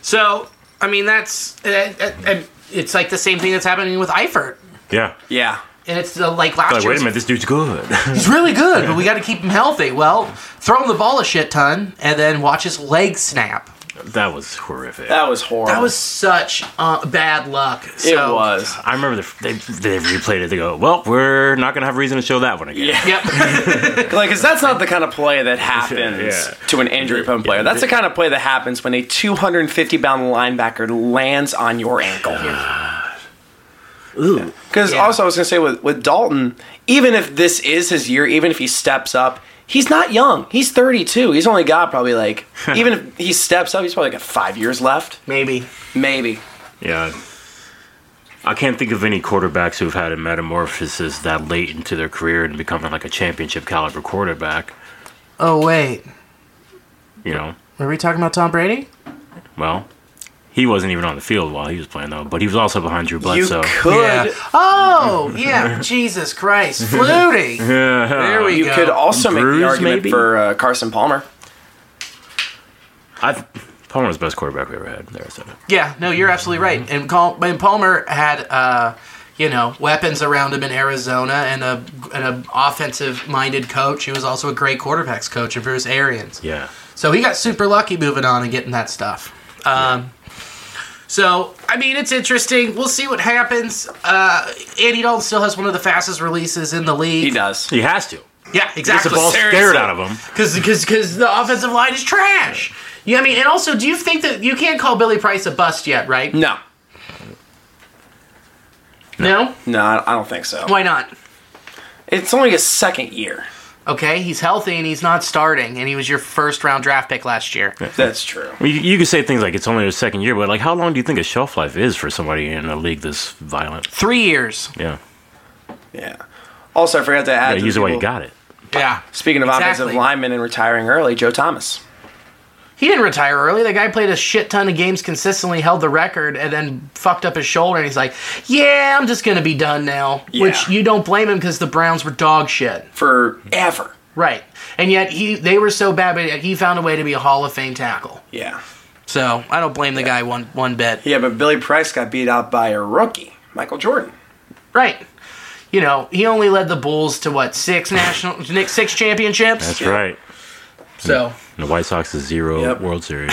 S6: So, I mean, that's uh, uh, uh, it's like the same thing that's happening with Eifert,
S7: Yeah.
S5: Yeah.
S6: and it's uh, like last
S7: Like,
S6: year.
S7: wait a minute, this dude's good.
S6: He's really good, but we got to keep him healthy. Well, throw him the ball a shit ton, and then watch his leg snap.
S7: that was horrific.
S5: That was horrible.
S6: That was such uh, bad luck. So,
S5: It was.
S7: I remember the, they they replayed it. They go, well, we're not gonna have reason to show that one again.
S5: Yeah.
S6: Yep.
S5: Like, 'cause that's not the kind of play that happens
S7: Yeah.
S5: to an injury prone player. That's the kind of play that happens when a 250 pound linebacker lands on your ankle.
S7: Ooh.
S5: Because
S6: Yeah.
S5: also, I was going to say with, with Dalton, even if this is his year, even if he steps up, he's not young. He's 32. He's only got probably like, even if he steps up, he's probably got five years left.
S6: Maybe.
S5: Maybe.
S7: Yeah. I can't think of any quarterbacks who've had a metamorphosis that late into their career and becoming like a championship caliber quarterback.
S6: Oh wait,
S7: You know,
S6: were we talking about Tom Brady?
S7: well, he wasn't even on the field while he was playing though, but he was also behind Drew
S5: you
S7: Bledsoe.
S5: could.
S6: Yeah. Oh yeah, Jesus Christ, Flutie. there we
S5: You
S6: go.
S5: could also make
S7: Bruise,
S5: the argument
S7: maybe?
S5: for uh, Carson Palmer.
S7: I Palmer's the best quarterback we ever had. There, I said it.
S6: Yeah, no, you're absolutely right. And, Col- and Palmer had, uh, you know, weapons around him in Arizona and a and an offensive minded coach. He was also a great quarterbacks coach, and Bruce Arians.
S7: Yeah.
S6: So he got super lucky moving on and getting that stuff. Um, so I mean, it's interesting. We'll see what happens. Uh, Andy Dalton still has one of the fastest releases in the league.
S5: He does.
S7: He has to.
S6: Yeah,
S7: Gets the
S6: exactly.
S7: ball
S5: Seriously.
S7: scared out of him.
S6: Because because the offensive line is trash. Yeah, I mean, and also, do you think that you can't call Billy Price a bust yet? Right?
S5: No.
S6: no?
S5: No, I I don't think so.
S6: Why not?
S5: It's only his second year.
S6: Okay, he's healthy and he's not starting, and he was your first round draft pick last year.
S5: That's true.
S7: I mean, You, you could say things like it's only his second year, but like, how long do you think a shelf life is for somebody in a league this violent?
S6: Three years.
S7: Yeah,
S5: Yeah. Also, I forgot to add.
S7: yeah
S5: to
S7: use it
S5: the
S7: while you
S5: people-
S7: got it.
S6: Yeah.
S5: Speaking of offensive
S6: Exactly.
S5: linemen and retiring early, Joe Thomas.
S6: He didn't retire early. The guy played a shit ton of games consistently, held the record, and then fucked up his shoulder. And he's like, yeah, I'm just going to be done now. Which
S5: Yeah.
S6: you don't blame him because the Browns were dog shit.
S5: Forever.
S6: Right. And yet he they were so bad, but he found a way to be a Hall of Fame tackle.
S5: Yeah.
S6: So I don't blame the guy one, one bit.
S5: Yeah, but Billy Price got beat out by a rookie, Michael Jordan.
S6: Right. You know, he only led the Bulls to what, six national, six championships?
S7: That's right.
S6: so.
S7: And the White Sox is zero
S5: Yep.
S7: World Series.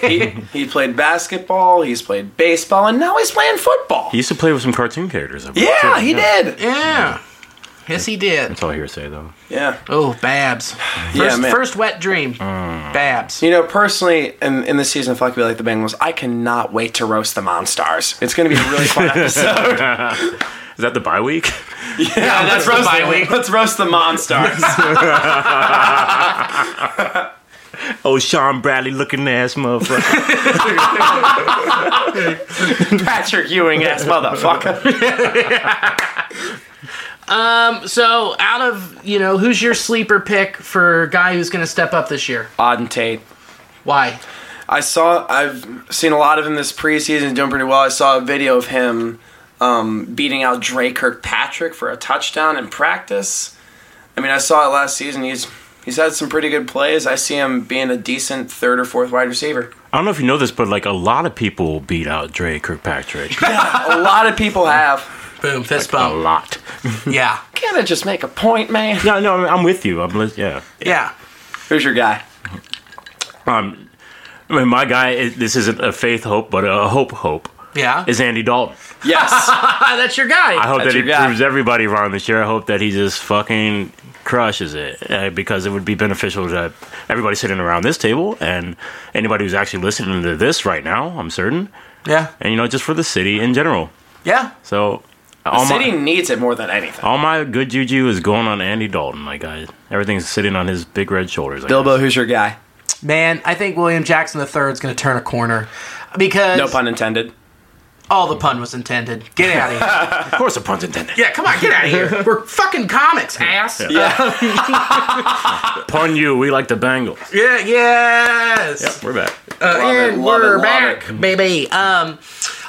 S5: He, he played basketball, he's played baseball, and now he's playing football.
S7: he used to play with some cartoon characters. I believe,
S5: yeah,
S7: too.
S5: he did.
S6: Yeah. Yes, he did.
S7: That's all hearsay, though.
S5: Yeah.
S6: Oh, Babs. First,
S5: yeah, man. Uh.
S6: first wet dream. Babs.
S5: You know, personally, in, in this season of Fuck You Like the Bengals, I cannot wait to roast the Monstars. It's going to be a really fun episode.
S7: Is that the bye week?
S5: yeah, let's roast
S6: bye
S5: the-
S6: week.
S5: Let's roast the Monstars.
S7: Oh, Sean Bradley looking ass motherfucker.
S5: Patrick Ewing ass motherfucker.
S6: So, out of, you know, who's your sleeper pick for guy who's going to step up this year?
S5: Auden Tate.
S6: Why?
S5: I saw. I've seen a lot of him this preseason, doing pretty well. I saw a video of him um, beating out Dre Kirkpatrick for a touchdown in practice. I mean, I saw it last season. He's he's had some pretty good plays. I see him being a decent third or fourth wide receiver.
S7: I don't know if you know this, but like a lot of people beat out Dre Kirkpatrick.
S5: A lot of people have.
S6: Boom, fist
S7: a
S6: bump.
S7: lot.
S6: Yeah.
S5: Can't I just make a point, man?
S7: No, no, I'm- I'm with you. I'm li- yeah.
S6: Yeah.
S5: Who's your guy?
S7: Um, I mean, my guy. Is, this isn't a faith hope, but a hope hope.
S6: Yeah.
S7: Is Andy Dalton.
S5: Yes.
S6: Ah, that's your guy.
S7: I hope
S5: That's
S7: that he
S5: your guy.
S7: proves everybody wrong this year. I hope that he just fucking crushes it uh, because it would be beneficial to everybody sitting around this table and anybody who's actually listening to this right now. I'm certain,
S6: yeah.
S7: and you know, just for the city in general.
S6: Yeah.
S7: So,
S5: the
S7: all
S5: city
S7: my
S5: needs it more than anything.
S7: all my good juju is going on Andy Dalton, my guy. Everything's sitting on his big red shoulders. I
S5: Bilbo,
S7: guess.
S5: who's your guy?
S6: Man, I think William Jackson III is going to turn a corner because
S5: No pun intended.
S6: all the pun was intended. Get out of here.
S7: of course, a pun's intended.
S6: yeah, come on, get out of here. We're fucking comics, ass. Uh, Yeah,
S7: Pun you. We like the Bengals.
S6: yes.
S7: Yep, we're back.
S6: Uh,
S5: Love it,
S6: and
S5: love it,
S6: we're
S5: love
S6: back, baby. Um,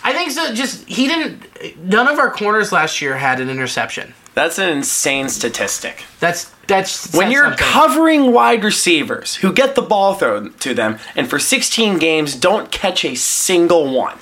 S6: I think so. Just he didn't. None of our corners last year had an interception.
S5: That's an insane statistic.
S6: That's that's
S5: when
S6: says
S5: you're
S6: something.
S5: covering wide receivers who get the ball thrown to them and for 16 games don't catch a single one.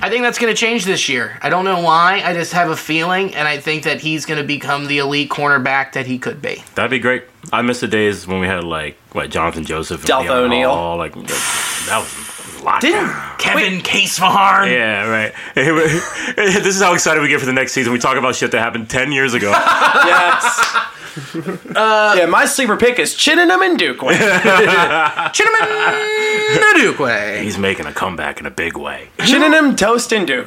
S6: I think that's going to change this year. I don't know why. I just have a feeling, and I think that he's going to become the elite cornerback that he could be.
S7: That'd be great. I miss the days when we had like what Jonathan Joseph, and
S5: Delph
S7: Leon
S5: O'Neal.
S7: Hall, like that was a lot.
S5: Didn't
S6: Kevin Case Vaughn.
S7: Yeah, right. this is how excited we get for the next season. We talk about shit that happened ten years ago.
S5: yes. Uh, yeah, my sleeper pick is Chinnanum and Duke. Chinnanum
S6: Chinaman Nadukwe.
S7: He's making a comeback in a big way.
S5: Toast and Duke.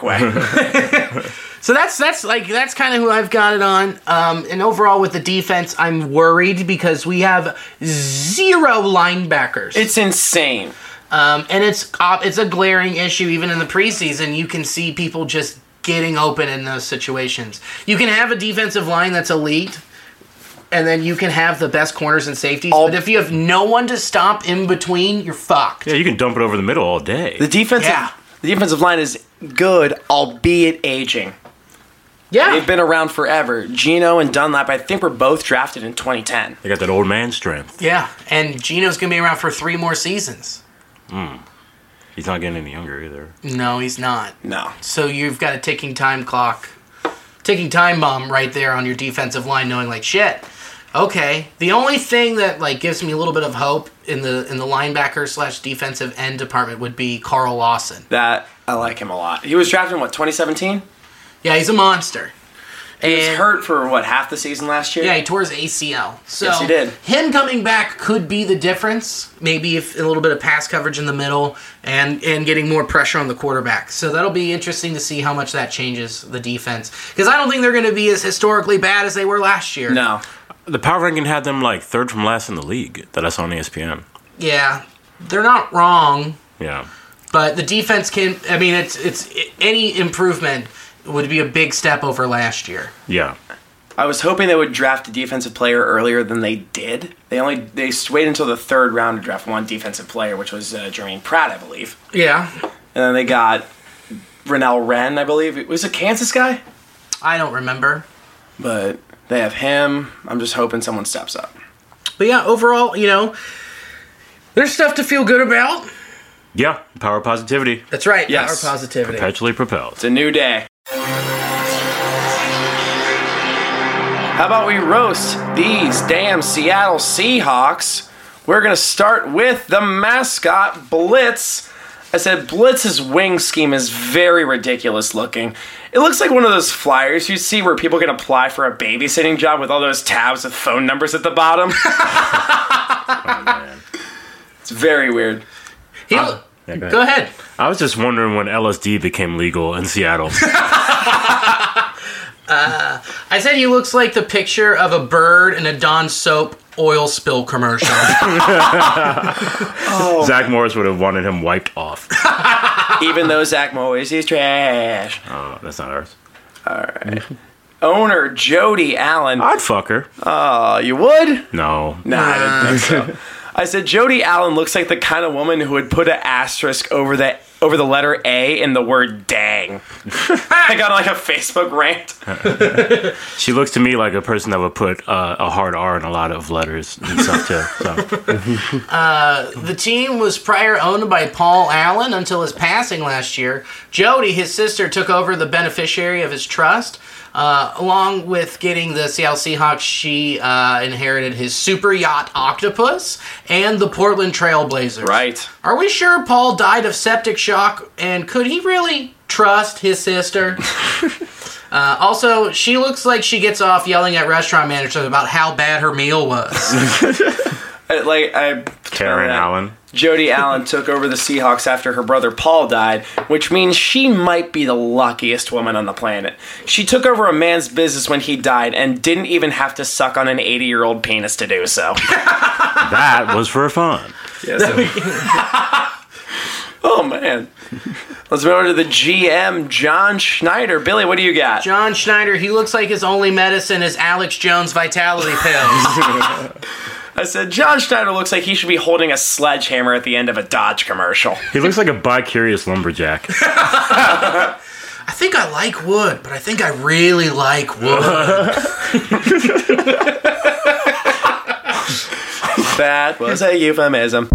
S6: So that's that's like that's kind of who I've got it on. Um, and overall with the defense, I'm worried because we have zero linebackers.
S5: It's insane.
S6: Um, and it's op- it's a glaring issue even in the preseason. You can see people just getting open in those situations. You can have a defensive line that's elite, and then you can have the best corners and safeties.
S5: All-
S6: but if you have no one to stop in between, you're fucked.
S7: Yeah, you can dump it over the middle all day.
S5: The defensive,
S6: Yeah.
S5: the defensive line is good, albeit aging.
S6: Yeah,
S5: They've been around forever. Gino and Dunlap, I think, were both drafted in 2010.
S7: They got that old man strength.
S6: yeah. And Gino's gonna be around for three more seasons.
S7: He's not getting any younger either.
S6: No, he's not.
S5: No.
S6: So you've got a ticking time clock, ticking time bomb right there on your defensive line, knowing like shit. Okay, the only thing that like gives me a little bit of hope in the in the linebacker slash defensive end department would be Carl Lawson.
S5: That, I like him a lot. He was drafted in, what, 2017?
S6: Yeah, he's a monster.
S5: He was
S6: And-
S5: hurt for, what, half the season last year?
S6: Yeah, he tore his ACL. So
S5: Yes, he did.
S6: Him coming back could be the difference. Maybe if a little bit of pass coverage in the middle and and getting more pressure on the quarterback. So that'll be interesting to see how much that changes the defense because I don't think they're going to be as historically bad as they were last year.
S5: No.
S7: The power ranking had them like third from last in the league that I saw on E ESPN.
S6: Yeah, they're not wrong,
S7: Yeah.
S6: but the defense can. I mean, it's it's any improvement would be a big step over last year.
S7: Yeah.
S5: I was hoping they would draft a defensive player earlier than they did. They only they waited until the third round to draft one defensive player, which was uh, Jermaine Pratt, I believe.
S6: Yeah,
S5: And then they got Rennell Wren, I believe. It was a Kansas guy,
S6: I don't remember.
S5: but they have him. I'm just hoping someone steps up.
S6: But yeah, overall, you know, there's stuff to feel good about.
S7: Yeah. Power of positivity.
S6: That's right.
S5: Yes.
S6: Power positivity.
S7: Perpetually propelled.
S5: It's a new day. How about we roast these damn Seattle Seahawks? We're going to start with the mascot, Blitz. I said Blitz's wing scheme is very ridiculous looking. It looks like one of those flyers you see where people can apply for a babysitting job with all those tabs with phone numbers at the bottom. it's very weird.
S6: He-
S7: Yeah,
S6: go ahead.
S7: I was just wondering when LSD became legal in Seattle.
S6: I said he looks like the picture of a bird in a Dawn soap oil spill commercial.
S7: Zach Morris would have wanted him wiped off.
S5: Even though Zach Moise is trash.
S7: Oh, that's not ours.
S5: Owner Jody Allen.
S7: I'd fuck her.
S5: Uh, you would?
S7: No.
S5: Nah, I didn't think so. I said Jody Allen looks like the kind of woman who would put an asterisk over the over the letter A in the word dang. I got on like a Facebook rant.
S7: She looks to me like a person that would put uh, a hard R in a lot of letters and stuff too. So
S6: The team was prior owned by Paul Allen until his passing last year. Jody, his sister, took over the beneficiary of his trust. Uh, along with getting the Seattle Seahawks, she uh, inherited his super yacht Octopus and the Portland Trailblazers.
S5: Right.
S6: Are we sure Paul died of septic shock and could he really trust his sister? uh, also, she looks like she gets off yelling at restaurant managers about how bad her meal was.
S5: Uh, Like I
S7: Karen
S5: Yeah.
S7: Allen.
S5: Jody Allen took over the Seahawks after her brother Paul died, which means she might be the luckiest woman on the planet. She took over a man's business when he died and didn't even have to suck on an 80 year old penis to do so.
S7: That was for fun.
S5: Yeah, so- oh, man. Let's move on to the GM, John Schneider. Billy, what do you got?
S6: John Schneider, he looks like his only medicine is Alex Jones vitality pills.
S5: I said, John Schneider looks like he should be holding a sledgehammer at the end of a Dodge commercial.
S7: He looks like a bi-curious lumberjack.
S6: I think I like wood, but I think I really like wood.
S5: that was a euphemism.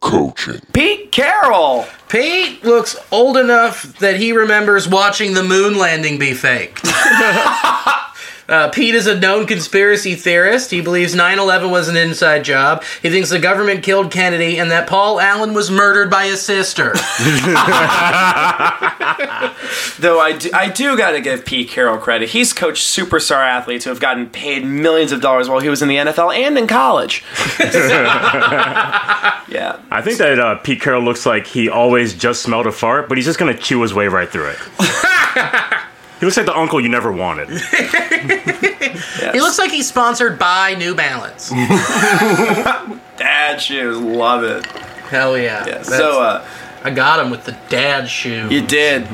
S4: Coaching.
S5: Pete Carroll.
S6: Pete looks old enough that he remembers watching the moon landing be faked. Uh, Pete is a known conspiracy theorist. He believes 9 11 was an inside job. He thinks the government killed Kennedy and that Paul Allen was murdered by his sister.
S5: Though I do, I do got to give Pete Carroll credit. He's coached superstar athletes who have gotten paid millions of dollars while he was in the NFL and in college. yeah.
S7: I think that uh, Pete Carroll looks like he always just smelled a fart, but he's just gonna chew his way right through it. he looks like the uncle you never wanted.
S6: he looks like he's sponsored by New Balance.
S5: Dad shoes. Love it.
S6: Hell yeah.
S5: Yeah.
S6: That's-
S5: So, uh,
S6: I got him with the dad shoe.
S5: You did.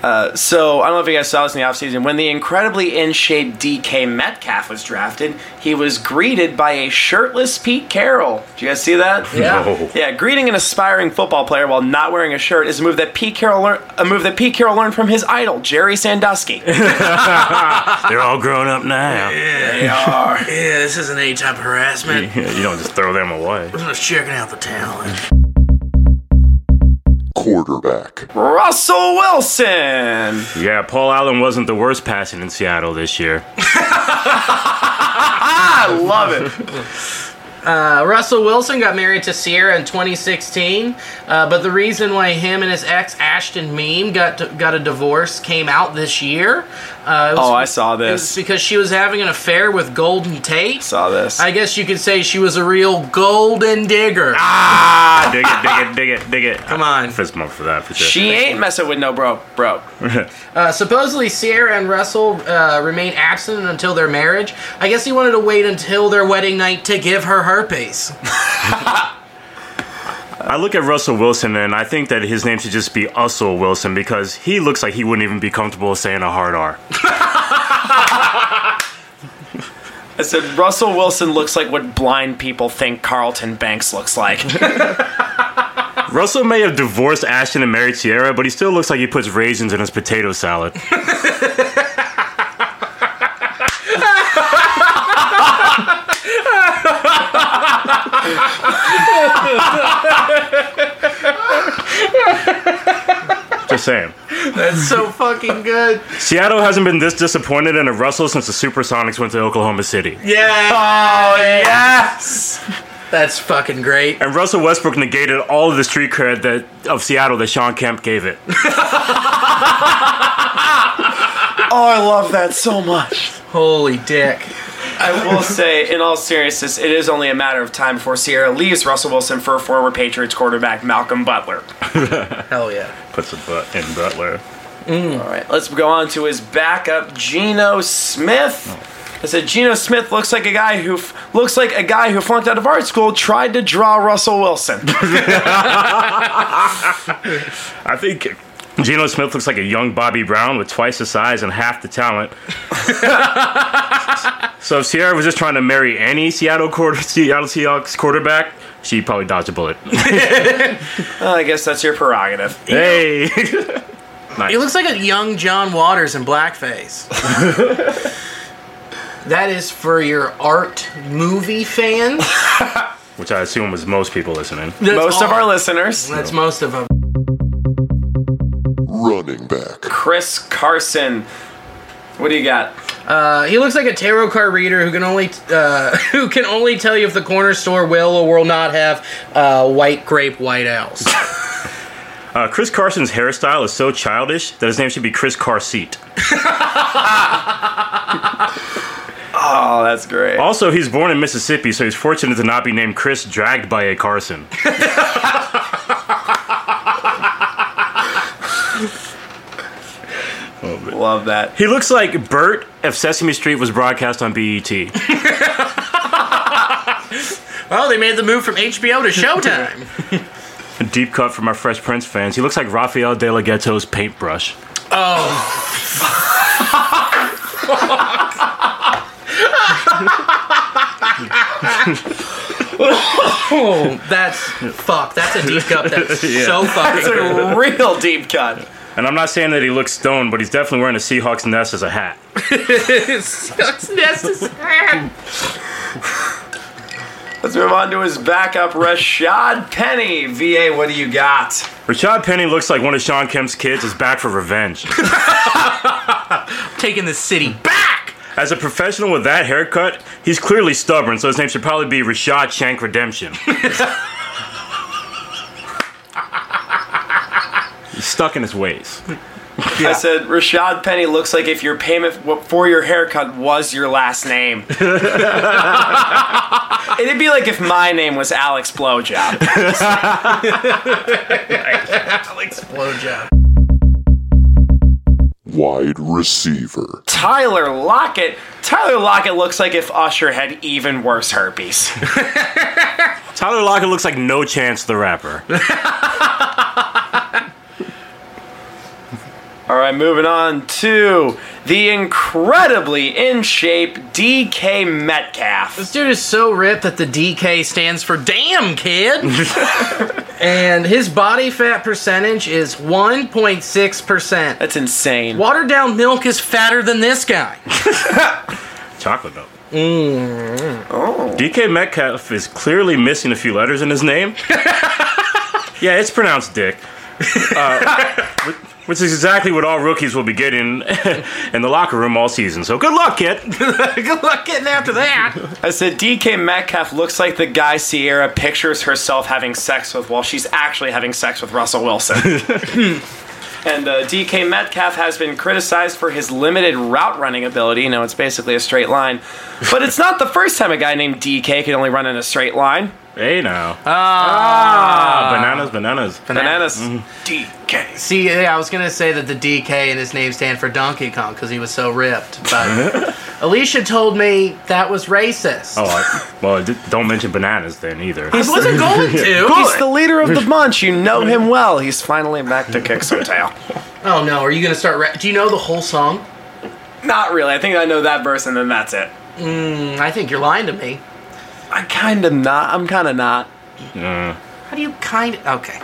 S5: Uh, so I don't know if you guys saw this in the offseason. When the incredibly in shape DK Metcalf was drafted, he was greeted by a shirtless Pete Carroll. Did you guys see that?
S6: Yeah.
S7: No.
S5: Yeah, greeting an aspiring football player while not wearing a shirt is a move that Pete Carroll learned a move that Pete Carroll learned from his idol Jerry Sandusky.
S7: They're all grown up now.
S6: Yeah, this isn't any type of harassment.
S7: you don't just throw them away.
S6: I'm just checking out the talent.
S4: Quarterback.
S5: Russell Wilson.
S7: Yeah, Paul Allen wasn't the worst passing in Seattle this year.
S5: I love it.
S6: Uh, Russell Wilson got married to Sierra in 2016, uh, but the reason why him and his ex Ashton Meme got got a divorce came out this year. Uh, it was,
S5: Oh, I saw
S6: it was
S5: this.
S6: because she was having an affair with Golden Tate.
S5: Saw this.
S6: I guess you could say she was a real golden digger.
S7: Ah, dig it, dig it, dig it, dig it.
S6: Come on.
S7: Fist bump for that for sure.
S5: She ain't messing with no bro, bro.
S6: Uh, supposedly, Sierra and Russell uh, remained absent until their marriage. I guess he wanted to wait until their wedding night to give her herpes.
S7: I look at Russell Wilson and I think that his name should just be Russell Wilson because he looks like he wouldn't even be comfortable saying a hard R.
S5: I said Russell Wilson looks like what blind people think Carlton Banks looks like.
S7: Russell may have divorced Ashton and married Sierra, but he still looks like he puts raisins in his potato salad. Just saying.
S6: That's so fucking good.
S7: Seattle hasn't been this disappointed in a Russell since the Supersonics went to Oklahoma City.
S6: Yeah,
S5: oh yes.
S6: that's fucking great.
S7: And Russell Westbrook negated all of the street cred that of Seattle that Sean Kemp gave it.
S5: Oh, I love that so much.
S6: Holy dick.
S5: I will say, in all seriousness, it is only a matter of time before Sierra leaves Russell Wilson for former Patriots quarterback Malcolm Butler.
S6: Hell yeah.
S7: Puts a butt in Butler.
S5: All right, let's go on to his backup, Geno Smith. I said Geno Smith looks like a guy who f- looks like a guy who flunked out of art school tried to draw Russell Wilson.
S7: I think Geno Smith looks like a young Bobby Brown with twice the size and half the talent. so if Sierra was just trying to marry any Seattle quarter, Seattle Seahawks quarterback, she probably dodged a bullet.
S5: Well, I guess that's your prerogative.
S7: hey,
S6: He looks like a young John Waters in blackface. that is for your art movie fans.
S7: which I assume was most people listening.
S6: That's
S5: Most of
S6: all-
S5: our listeners,
S6: That's most of them.
S4: Running back.
S5: Chris Carson. What do you got?
S6: Uh, he looks like a tarot card reader who can only uh, who can only tell you if the corner store will or will not have uh, white grape white owls.
S7: Uh, Chris Carson's hairstyle is so childish that his name should be Chris Carseat.
S5: Oh, that's great.
S7: Also, he's born in Mississippi, so he's fortunate to not be named Chris dragged by a Carson.
S5: Love that.
S7: He looks like Bert if Sesame Street was broadcast on E BET.
S6: well, Oh, they made the move from HBO to Showtime.
S7: A deep cut from our Fresh Prince fans. He looks like Rafael De La Ghetto's paintbrush.
S6: oh, that's fuck. That's a deep cup. That's so fucking.
S5: It's
S6: good.
S5: a real deep cut.
S7: And I'm not saying that he looks stoned, but he's definitely wearing a Seahawks nest as a hat.
S6: Sucks necessary.
S5: Let's move on to his backup, Rashad Penny. VA, what do you got?
S7: Rashad Penny looks like one of Sean Kemp's kids is back for revenge.
S6: Taking the city back.
S7: As a professional with that haircut, he's clearly stubborn, so his name should probably be Rashad Shank Redemption. he's stuck in his ways.
S5: I said Rashad Penny looks like if your payment w- for your haircut was your last name. It'd be like if my name was Alex Blowjob.
S6: Blowjob.
S4: Wide receiver.
S5: Tyler Lockett. Tyler Lockett looks like if Usher had even worse herpes.
S7: Tyler Lockett looks like No Chance the rapper.
S5: All right, moving on to the incredibly in shape DK Metcalf.
S6: This dude is so ripped that the DK stands for damn kid. and his body fat percentage is 1.6%.
S5: That's insane.
S6: Watered down milk is fatter than this guy.
S7: Chocolate milk. Mm-hmm. DK Metcalf is clearly missing a few letters in his name. yeah, it's pronounced Dick. Uh, which- which is exactly what all rookies will be getting in the locker room all season. So good luck, kid.
S6: Good luck getting after that.
S5: I said DK Metcalf looks like the guy Sierra pictures herself having sex with while she's actually having sex with Russell Wilson. and uh, DK Metcalf has been criticized for his limited route running ability. You know, it's basically a straight line. But it's not the first time a guy named DK can only run in a straight line.
S7: Hey now. Ah, bananas, bananas.
S5: Bananas. DK.
S6: See, yeah, I was going to say that the DK and his name stand for Donkey Kong because he was so ripped. But Alicia told me that was racist.
S7: Oh, I, well, d- don't mention bananas then either.
S6: I wasn't going to.
S5: He's the leader of the bunch. You know him well. He's finally back to kick some tail.
S6: Oh no, are you going to start? Ra- Do you know the whole song?
S5: Not really. I think I know that verse, and then that's it.
S6: I think you're lying to me.
S5: I kind of not. I'm kind of not.
S7: Uh.
S6: How do you kind? Okay.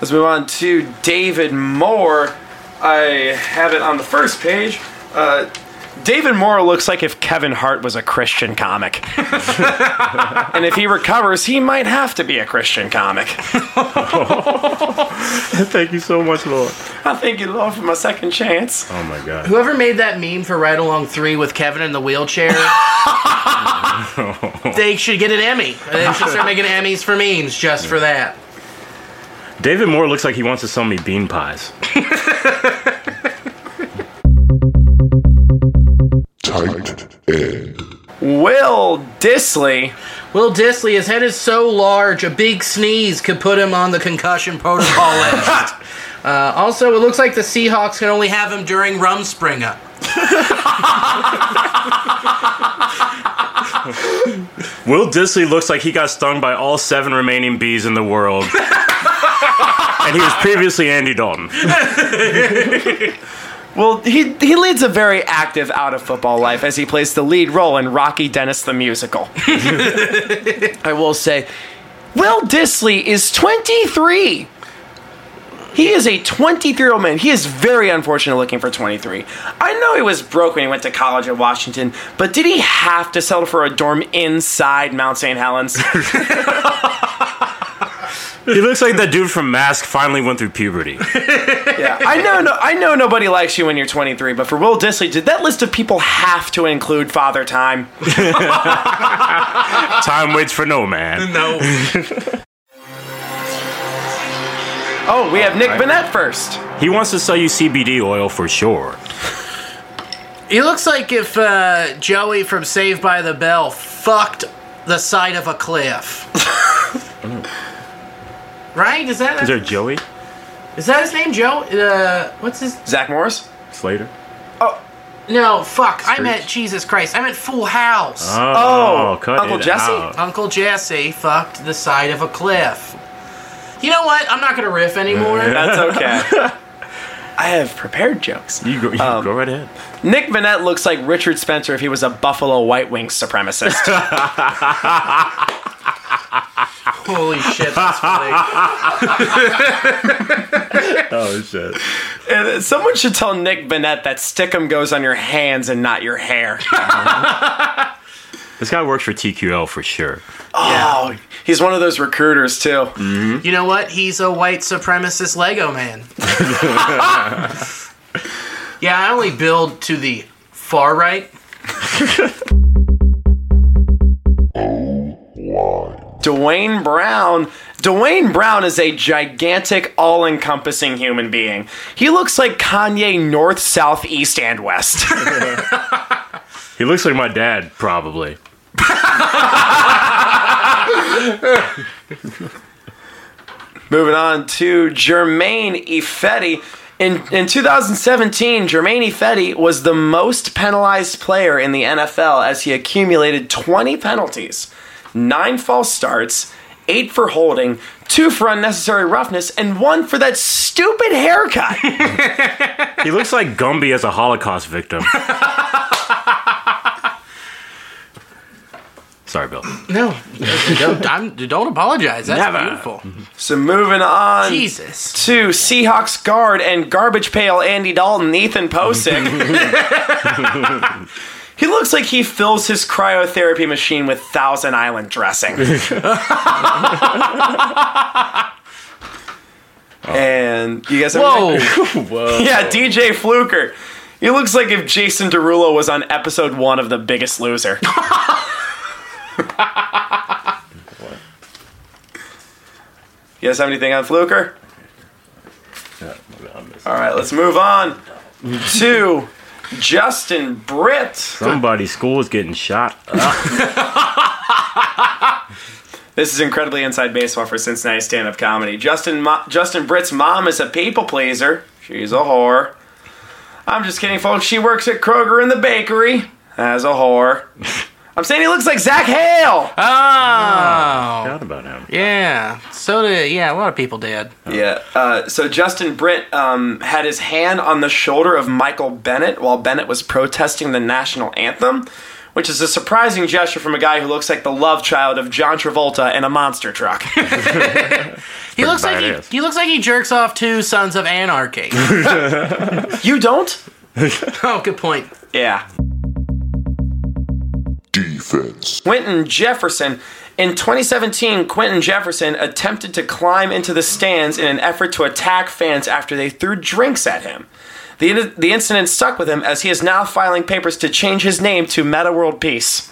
S5: Let's move on to David Moore. I have it on the first page. Uh, David Moore looks like if Kevin Hart was a Christian comic. and if he recovers, he might have to be a Christian comic.
S7: Thank you so much, Lord.
S5: I thank you, Lord, for my second chance.
S7: Oh my God.
S6: Whoever made that meme for Ride Along 3 with Kevin in the wheelchair, they should get an Emmy. They should start making Emmys for memes just for that.
S7: David Moore looks like he wants to sell me bean pies.
S4: Tight end.
S5: Will Disley.
S6: Will Disley, his head is so large, a big sneeze could put him on the concussion protocol list. Uh, also, it looks like the Seahawks can only have him during Rumspringa.
S7: Will Disley looks like he got stung by all seven remaining bees in the world. and he was previously Andy Dalton.
S5: Well, he, he leads a very active out of football life as he plays the lead role in Rocky Dennis the Musical. I will say, Will Disley is 23. He is a 23 year old man. He is very unfortunate looking for 23. I know he was broke when he went to college at Washington, but did he have to settle for a dorm inside Mount St. Helens?
S7: He looks like that dude from Mask finally went through puberty.
S5: Yeah, I know. No, I know nobody likes you when you're 23, but for Will Disley, did that list of people have to include Father Time?
S7: Time waits for no man.
S6: No.
S5: Oh, we have Nick Bennett first.
S7: He wants to sell you CBD oil for sure.
S6: He looks like if uh, Joey from Saved by the Bell fucked the side of a cliff. right? Is that
S7: Is there Joey
S6: is that his name, Joe? Uh, what's his?
S5: Zach Morris.
S7: Slater?
S6: No, fuck. I meant Jesus Christ. I meant Full House.
S5: Oh,
S7: cut
S5: Uncle
S7: it
S5: Jesse?
S7: out.
S6: Uncle Jesse fucked the side of a cliff. You know what? I'm not gonna riff anymore.
S5: That's okay. I have prepared jokes.
S7: You go, you
S5: Um,
S7: go right ahead.
S5: Nick Bennett looks like Richard Spencer if he was a Buffalo White Wings supremacist.
S6: Holy shit! That's funny.
S7: Oh shit!
S5: And Someone should tell Nick Bennett that stickum goes on your hands and not your hair.
S7: This guy works for TQL for sure.
S5: Oh, he's one of those recruiters too.
S6: you know what? He's a white supremacist Lego man. yeah, I only build to the far right.
S5: Dwayne Brown. Dwayne Brown is a gigantic, all encompassing human being. He looks like Kanye north, south, east, and west.
S7: He looks like my dad, probably.
S5: Moving on to Jermaine Ifedi. In, in 2017, Jermaine Ifedi was the most penalized player in the NFL as he accumulated 20 penalties, 9 false starts, 8 for holding, 2 for unnecessary roughness, and 1 for that stupid haircut.
S7: He looks like Gumby as a Holocaust victim. Sorry, Bill.
S6: No, don't, I'm, don't apologize. That's
S7: Never.
S6: beautiful.
S5: so moving on.
S6: Jesus.
S5: to Seahawks guard and garbage pail Andy Dalton, Ethan Posick. he looks like he fills his cryotherapy machine with Thousand Island dressing. and you guys have
S6: Whoa.
S5: Yeah, DJ Fluker. He looks like if Jason Derulo was on episode one of The Biggest Loser. You guys have anything on Fluker? All right, let's move on to Justin Britt.
S7: Somebody's school is getting shot. uh,
S5: This is incredibly inside baseball for Cincinnati stand-up comedy. Justin Mo- Justin Britt's mom is a people pleaser. She's a whore. I'm just kidding, folks. She works at Kroger in the bakery as a whore. I'm saying he looks like Zach Hale.
S6: Oh.
S7: Forgot about him.
S6: Yeah. So did yeah, a lot of people did.
S5: Yeah. Uh, so Justin Britt um, had his hand on the shoulder of Michael Bennett while Bennett was protesting the national anthem, which is a surprising gesture from a guy who looks like the love child of John Travolta in a monster truck.
S6: He looks like
S7: badass.
S6: he, he looks like he jerks off two Sons of Anarchy.
S5: you don't?
S6: oh, good point.
S5: Yeah.
S4: Defense.
S5: Quentin Jefferson. In 2017, Quentin Jefferson attempted to climb into the stands in an effort to attack fans after they threw drinks at him. The, the incident stuck with him as he is now filing papers to change his name to Meta World Peace.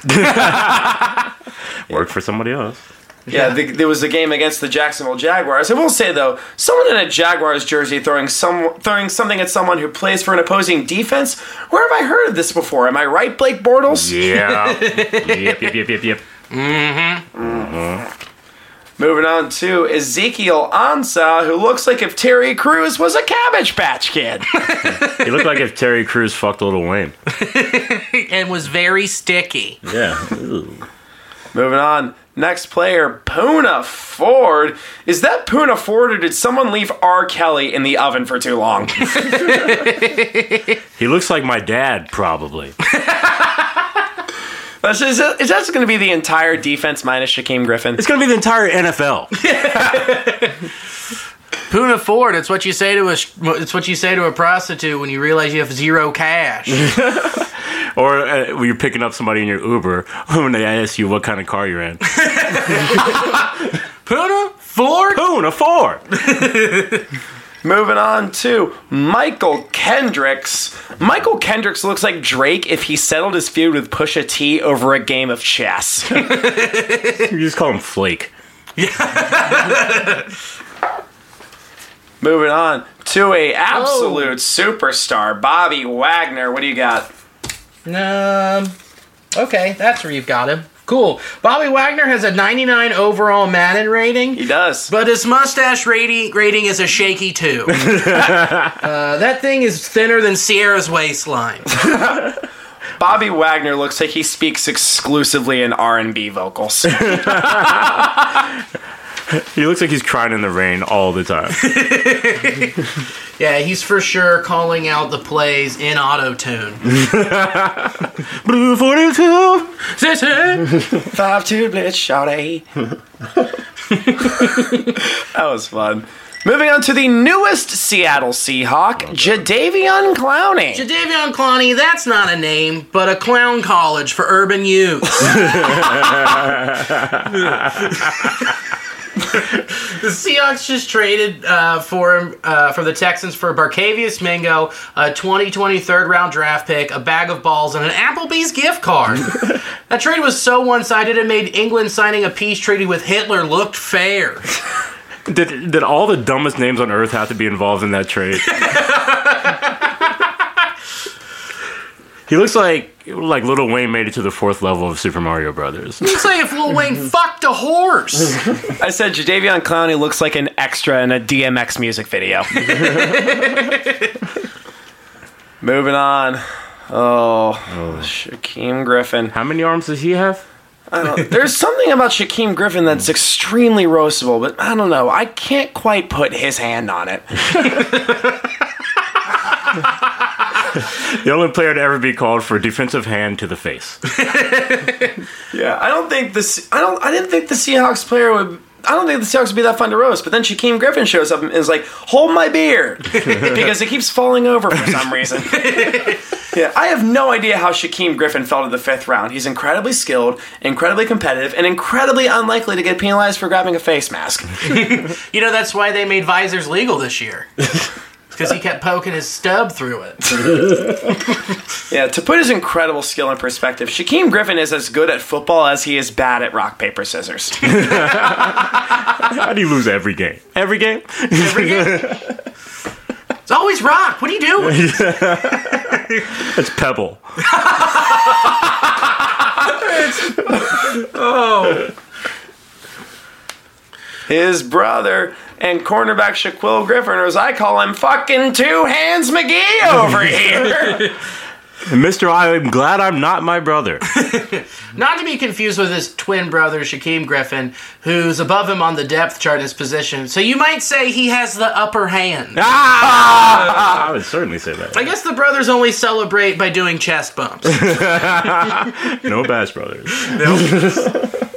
S7: Work for somebody else.
S5: Yeah, the, there was a game against the Jacksonville Jaguars. I will say though, someone in a Jaguars jersey throwing some throwing something at someone who plays for an opposing defense. Where have I heard of this before? Am I right, Blake Bortles?
S7: Yeah. yep, yep, yep, yep, yep.
S5: Moving on to Ezekiel Ansah, who looks like if Terry Crews was a Cabbage Patch Kid.
S7: He looked like if Terry Crews fucked Little Wayne.
S6: And was very sticky.
S7: Yeah. Ooh.
S5: Moving on, Next player, Puna Ford. Is that Puna Ford, or did someone leave R. Kelly in the oven for too long?
S7: He looks like my dad, probably.
S5: Is, is, is that going to be the entire defense minus Shaquem Griffin?
S7: It's gonna be the entire NFL.
S6: Puna Ford. It's what you say to a. It's what you say to a prostitute when you realize you have zero cash.
S7: Or uh, when you're picking up somebody in your Uber when they ask you what kind of car you're in.
S6: Puna Ford.
S7: Boone, a four.
S5: Moving on to Michael Kendricks. Michael Kendricks looks like Drake if he settled his feud with Pusha T over a game of chess.
S7: You just call him Flake.
S5: Moving on to a absolute
S6: Oh.
S5: superstar, Bobby Wagner. What do you got?
S6: Um. Okay, that's where you've got him. Cool. Bobby Wagner has a 99 overall Madden rating,
S5: He does.
S6: but his mustache rating rating is a shaky two. uh, that thing is thinner than Sierra's waistline.
S5: Bobby Wagner looks like he speaks exclusively in R&B vocals.
S7: He looks like he's crying in the rain all the time.
S6: Yeah, he's for sure calling out the plays in auto tune.
S7: Blue 42.
S5: Five two blitz shot A. that was fun. Moving on to the newest Seattle Seahawk, Jadavion Clowney.
S6: Oh, Jadavion Clowney, that's not a name, but a clown college for urban youth. the Seahawks just traded uh, for him uh, from the Texans for Barcavius Mingo, a 2020 third round draft pick, a bag of balls, and an Applebee's gift card. that trade was so one sided it made England signing a peace treaty with Hitler looked fair.
S7: Did, did all the dumbest names on earth have to be involved in that trade? he looks like like Little Wayne made it to the fourth level of Super Mario Brothers.
S6: It's like if Lil Wayne fucked a horse.
S5: I said Jadavion Clowney looks like an extra in a DMX music video. Moving on. Oh, Shaquem Griffin.
S7: How many arms does he have?
S5: I don't, there's something about Shaquem Griffin that's extremely roastable, but I don't know. I can't quite put his hand on it.
S7: The only player to ever be called for defensive hand to the face.
S5: Yeah, I don't think this. I don't. I didn't think the Seahawks player would. I don't think the Seahawks would be that fun to roast. But then Shaquem Griffin shows up and is like, "Hold my beer," because it keeps falling over for some reason. yeah, I have no idea how Shaquem Griffin fell to the fifth round. He's incredibly skilled, incredibly competitive, and incredibly unlikely to get penalized for grabbing a face mask.
S6: You know, that's why they made visors legal this year. Because he kept poking his stub through it.
S5: Yeah, to put his incredible skill in perspective, Shaquem Griffin is as good at football as he is bad at rock paper scissors.
S7: How do you lose every game? Every game?
S6: It's always rock. What are you doing?
S7: It's Pebble.
S5: his brother, and cornerback Shaquille Griffin, or as I call him, fucking Two Hands McGee over here.
S7: And Mr. I am glad I'm not my brother.
S6: Not to be confused with his twin brother, Shaquem Griffin, who's above him on the depth chart in his position. So you might say he has the upper hand.
S7: ah! I would certainly say
S6: I
S7: that.
S6: guess the brothers only celebrate by doing chest bumps.
S7: No Bash Brothers.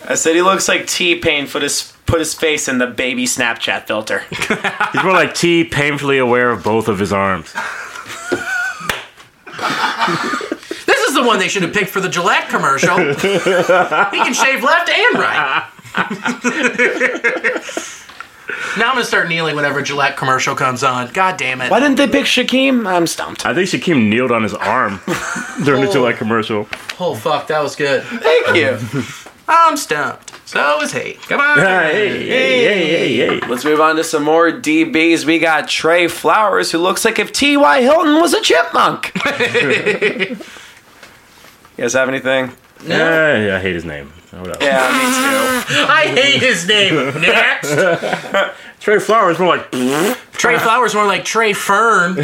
S5: I said he looks like T Pain put his put his face in the baby Snapchat filter.
S7: He's more like T, painfully aware of both of his arms.
S6: this is the one they should have picked for the Gillette commercial. he can shave left and right. now I'm going to start kneeling whenever a Gillette commercial comes on. God damn it.
S5: Why didn't they pick Shaquem? I'm stumped.
S7: I think Shaquem kneeled on his arm during the Gillette commercial.
S6: Oh fuck, that was good.
S5: Thank you.
S6: I'm stumped. So is he. Come on.
S7: Hey, hey, hey, hey.
S5: Let's move on to some more DBs. We got Trey Flowers, who looks like if T.Y. Hilton was a chipmunk. you guys have anything?
S7: Yeah, I hate his name. Hold up.
S5: Yeah, me too.
S6: I hate his name. Next.
S7: Trey Flowers, more like,
S6: Trey Flowers more like Trey Fern.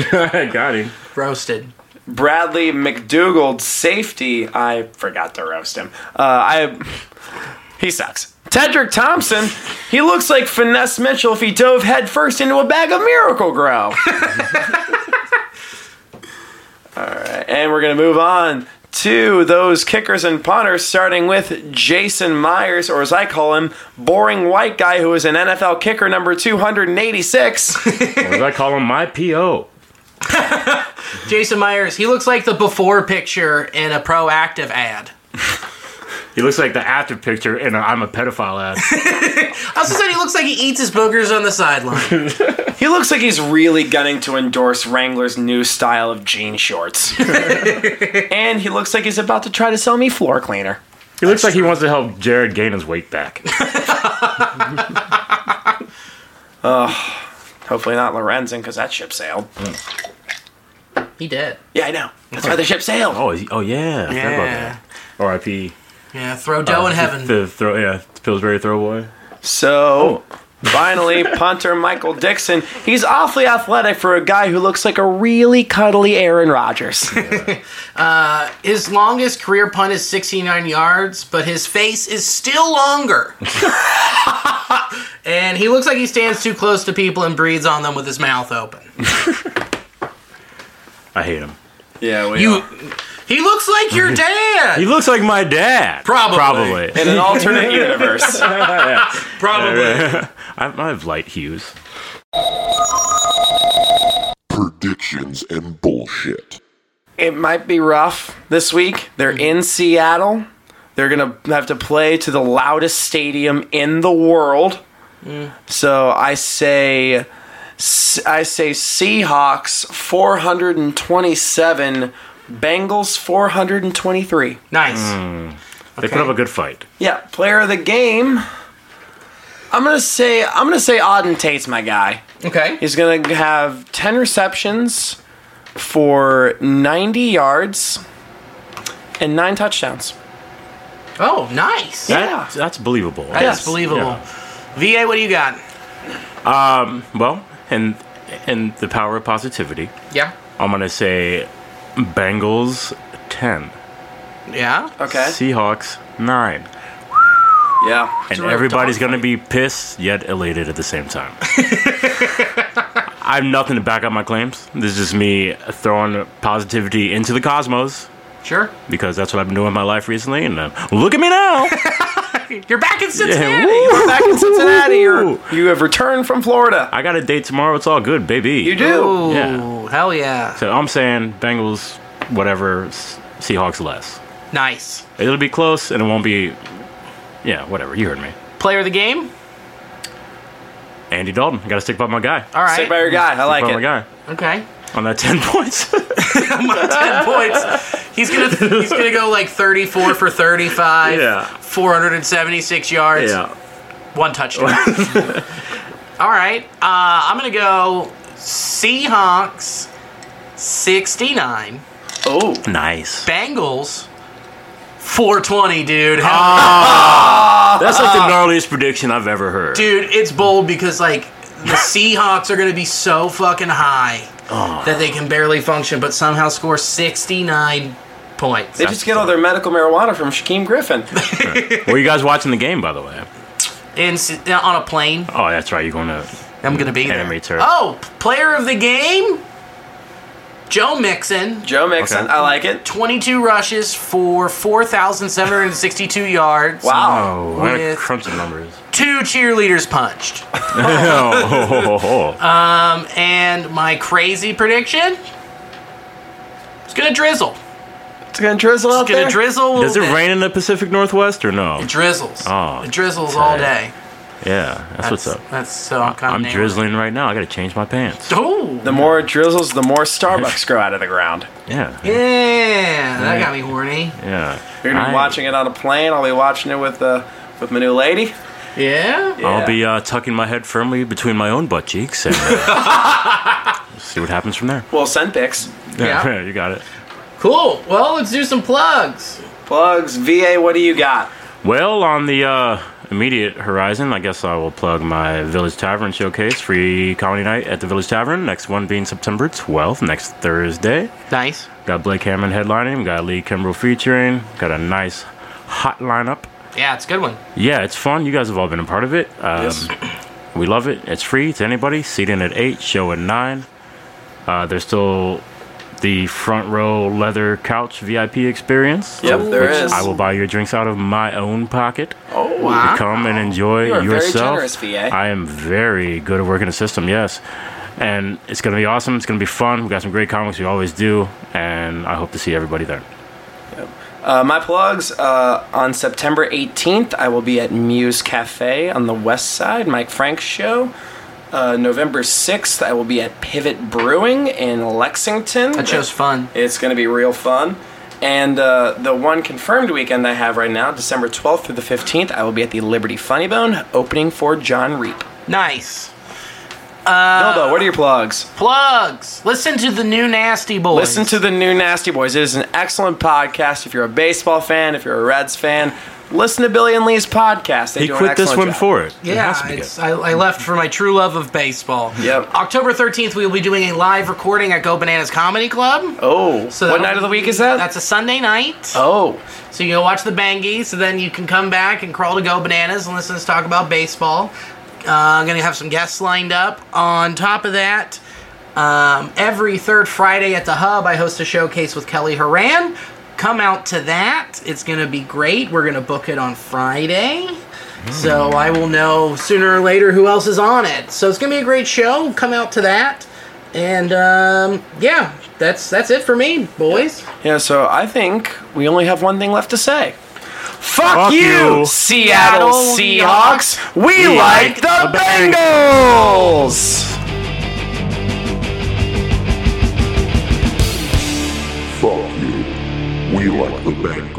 S7: got him.
S6: Roasted.
S5: Bradley McDougald, safety. I forgot to roast him. Uh, I he sucks. Tedrick Thompson, he looks like Finesse Mitchell if he dove headfirst into a bag of Miracle Grow. All right, and we're going to move on to those kickers and punters, starting with Jason Myers, or as I call him, boring white guy who is an NFL kicker number 286.
S7: Or as I call him, my PO.
S6: Jason Myers, he looks like the before picture in a proactive ad.
S7: He looks like the after picture in a I'm a pedophile ad.
S6: I also said he looks like he eats his boogers on the sideline.
S5: he looks like he's really gunning to endorse Wrangler's new style of jean shorts. and he looks like he's about to try to sell me floor cleaner.
S7: He looks like he wants to help Jared gain his weight back.
S5: Hopefully not Lorenzen, because that ship sailed.
S6: He did.
S5: Yeah, I know. That's why the ship sailed.
S7: Oh, is he- oh yeah. I forgot about
S6: Yeah.
S7: that. R.I.P.
S6: Yeah, throw dough
S7: Oh,
S6: in heaven.
S7: The throw, yeah, Pillsbury throw boy.
S5: So, finally, punter Michael Dixon. He's awfully athletic for a guy who looks like a really cuddly Aaron Rodgers.
S6: His longest career punt is 69 yards, but his face is still longer. and he looks like he stands too close to people and breathes on them with his mouth open.
S7: I hate him.
S5: yeah, we
S6: You He looks like your
S7: He
S6: dad.
S7: looks like my dad.
S6: Probably.
S7: Probably.
S5: In an alternate universe.
S6: Probably.
S7: I, I have light hues.
S4: Predictions and bullshit.
S5: it might be rough this week. They're in Seattle. They're going to have to play to the loudest stadium in the world. So I say I say Seahawks 427, Bengals 423.
S6: Nice.
S7: They put up a good fight.
S5: Yeah, player of the game. I'm going to say I'm going to say Auden Tate's my guy.
S6: Okay.
S5: He's going to have 10 receptions for 90 yards and 9 touchdowns.
S6: Oh, nice.
S7: That-
S5: Yeah.
S7: that's believable.
S6: That's believable. VA, what do you got?
S7: Well, and and the power of positivity.
S6: Yeah.
S7: I'm gonna say Bengals ten,
S6: Yeah.
S5: Okay.
S7: Seahawks nine,
S5: Yeah.
S7: and everybody's gonna be pissed yet elated at the same time. I have nothing to back up my claims. This is me throwing positivity into the cosmos
S6: Sure.
S7: because that's what I've been doing in my life recently. And uh, look at me now.
S6: You're back in
S7: Yeah,
S6: Cincinnati.
S7: woo.
S5: Back in Cincinnati. You're, you have returned from Florida.
S7: I got a date tomorrow. It's all good, baby.
S5: You do.
S6: Ooh,
S7: Yeah.
S6: hell yeah.
S7: So I'm saying Bengals, whatever, S- Seahawks less.
S6: Nice.
S7: It'll be close and it won't be. Yeah, whatever. You heard me.
S6: Player of the game?
S7: Andy Dalton. Got to stick by my guy.
S6: All right.
S5: Stick by your guy. I like
S7: by my
S5: it.
S7: guy
S6: Okay.
S7: on that ten points.
S6: Ten points. He's gonna he's gonna go like 34 for 35.
S7: Yeah.
S6: 476 yards.
S7: yeah,
S6: One touchdown. All right. Uh, I'm gonna go Seahawks 69.
S5: Oh.
S7: nice.
S6: Bengals 420, dude. How
S7: Ah. That's like the gnarliest prediction I've ever heard.
S6: Ah. Dude, it's bold because like the Seahawks are going to be so fucking high
S7: Ah.
S6: that they can barely function, but somehow score sixty nine points.
S5: They just get all their medical marijuana from Shaquem Griffin.
S7: Were you guys watching the game, by the way?
S6: In, on a plane,
S7: Oh, that's right. You're going to.
S6: I'm going to be there.
S7: Enemy turf.
S6: Oh, p- player of the game, Joe Mixon.
S5: Joe Mixon.
S7: Okay.
S5: I like it.
S6: 22 rushes for 4,762 yards.
S5: Wow.
S7: Oh, I gotta
S6: With-
S7: crunch the numbers.
S6: Two cheerleaders punched.
S7: oh,
S6: And my crazy prediction? It's going to drizzle.
S5: It's going to drizzle out
S6: It's going
S5: there.
S6: to drizzle. a
S7: Does it
S6: little bit.
S7: rain in the Pacific Northwest or no?
S6: Oh, It drizzles.
S7: Oh,
S6: it drizzles all day.
S7: okay. Yeah, that's what's up.
S6: That's so I'm kind
S7: I'm
S6: of
S7: drizzling right now. I gotta change my pants.
S6: Oh,
S5: the more it drizzles, the more Starbucks grow out of the ground.
S7: Yeah,
S6: yeah, that got me horny.
S7: yeah.
S5: You're going to
S7: I-
S5: be watching it on a plane. I'll be watching it with, uh, with my new lady.
S6: Yeah,
S5: Yeah.
S7: I'll be uh, tucking my head firmly between my own butt cheeks and uh, see what happens from there.
S5: Well, send pics.
S6: Yeah.
S7: you got it.
S6: cool. Well, let's do some plugs.
S5: Plugs. VA, what do you got?
S7: Well, on the uh, immediate horizon, I guess I will plug my Village Tavern showcase free comedy night at the Village Tavern. Next one being September 12th, next Thursday.
S6: Nice.
S7: Got Blake Hammond headlining, got Lee Kimbrell featuring, got a nice hot lineup.
S6: Yeah, it's a good one.
S7: Yeah, it's fun. You guys have all been a part of it. Um, We love it. It's free to anybody. Seating at 8, show at 9. Uh, there's still the front row leather couch VIP experience.
S5: Yep,
S7: of
S5: there
S7: which
S5: is.
S7: I will buy your drinks out of my own pocket.
S5: Oh,
S7: You come and enjoy
S5: You are very
S7: yourself.
S5: generous, VA.
S7: I am very good at working a system, yes. And it's going to be awesome. It's going to be fun. We've got some great comics. We always do. And I hope to see everybody there.
S5: Uh, my plugs uh, on September 18th, I will be at Muse Cafe on the West Side, Mike Frank's show. Uh, November 6th, I will be at Pivot Brewing in Lexington.
S6: That show's fun.
S5: It's going to be real fun. And uh, the one confirmed weekend I have right now, December 12th through the 15th, I will be at the Liberty Funny Bone opening for John Reap.
S6: Nice.
S5: Dildo, what are your plugs?
S6: Plugs. Listen to the new Nasty Boys.
S5: Listen to the new Nasty Boys. It is an excellent podcast. If you're a baseball fan, if you're a Reds fan, listen to Billy and Lee's podcast. They
S7: He
S5: do an
S7: quit this
S5: excellent
S7: one
S5: job.
S7: for it. It
S6: Yeah,
S7: has to be
S6: it's,
S7: good.
S6: I, I left for my true love of baseball.
S5: Yep.
S6: October 13th, we will be doing a live recording at Go Bananas Comedy Club.
S5: Oh,
S6: So
S5: what
S6: that'll
S5: night of the
S6: be-
S5: week is that?
S6: That's a Sunday night.
S5: oh,
S6: So you go watch the Bangies, so then you can come back and crawl to Go Bananas and listen to us talk about baseball. Uh, I'm going to have some guests lined up. On top of that, um, every third Friday at the Hub, I host a showcase with Kelly Horan. Come out to that. It's going to be great. We're going to book it on Friday. So I will know sooner or later who else is on it. So it's going to be a great show. Come out to that. And um, yeah, that's that's it for me, boys.
S5: yeah. So I think we only have one thing left to say. Fuck,
S7: Fuck
S5: you,
S7: you.
S5: Seattle Seahawks. We, like the Bengals.
S4: Fuck you. We like the Bengals.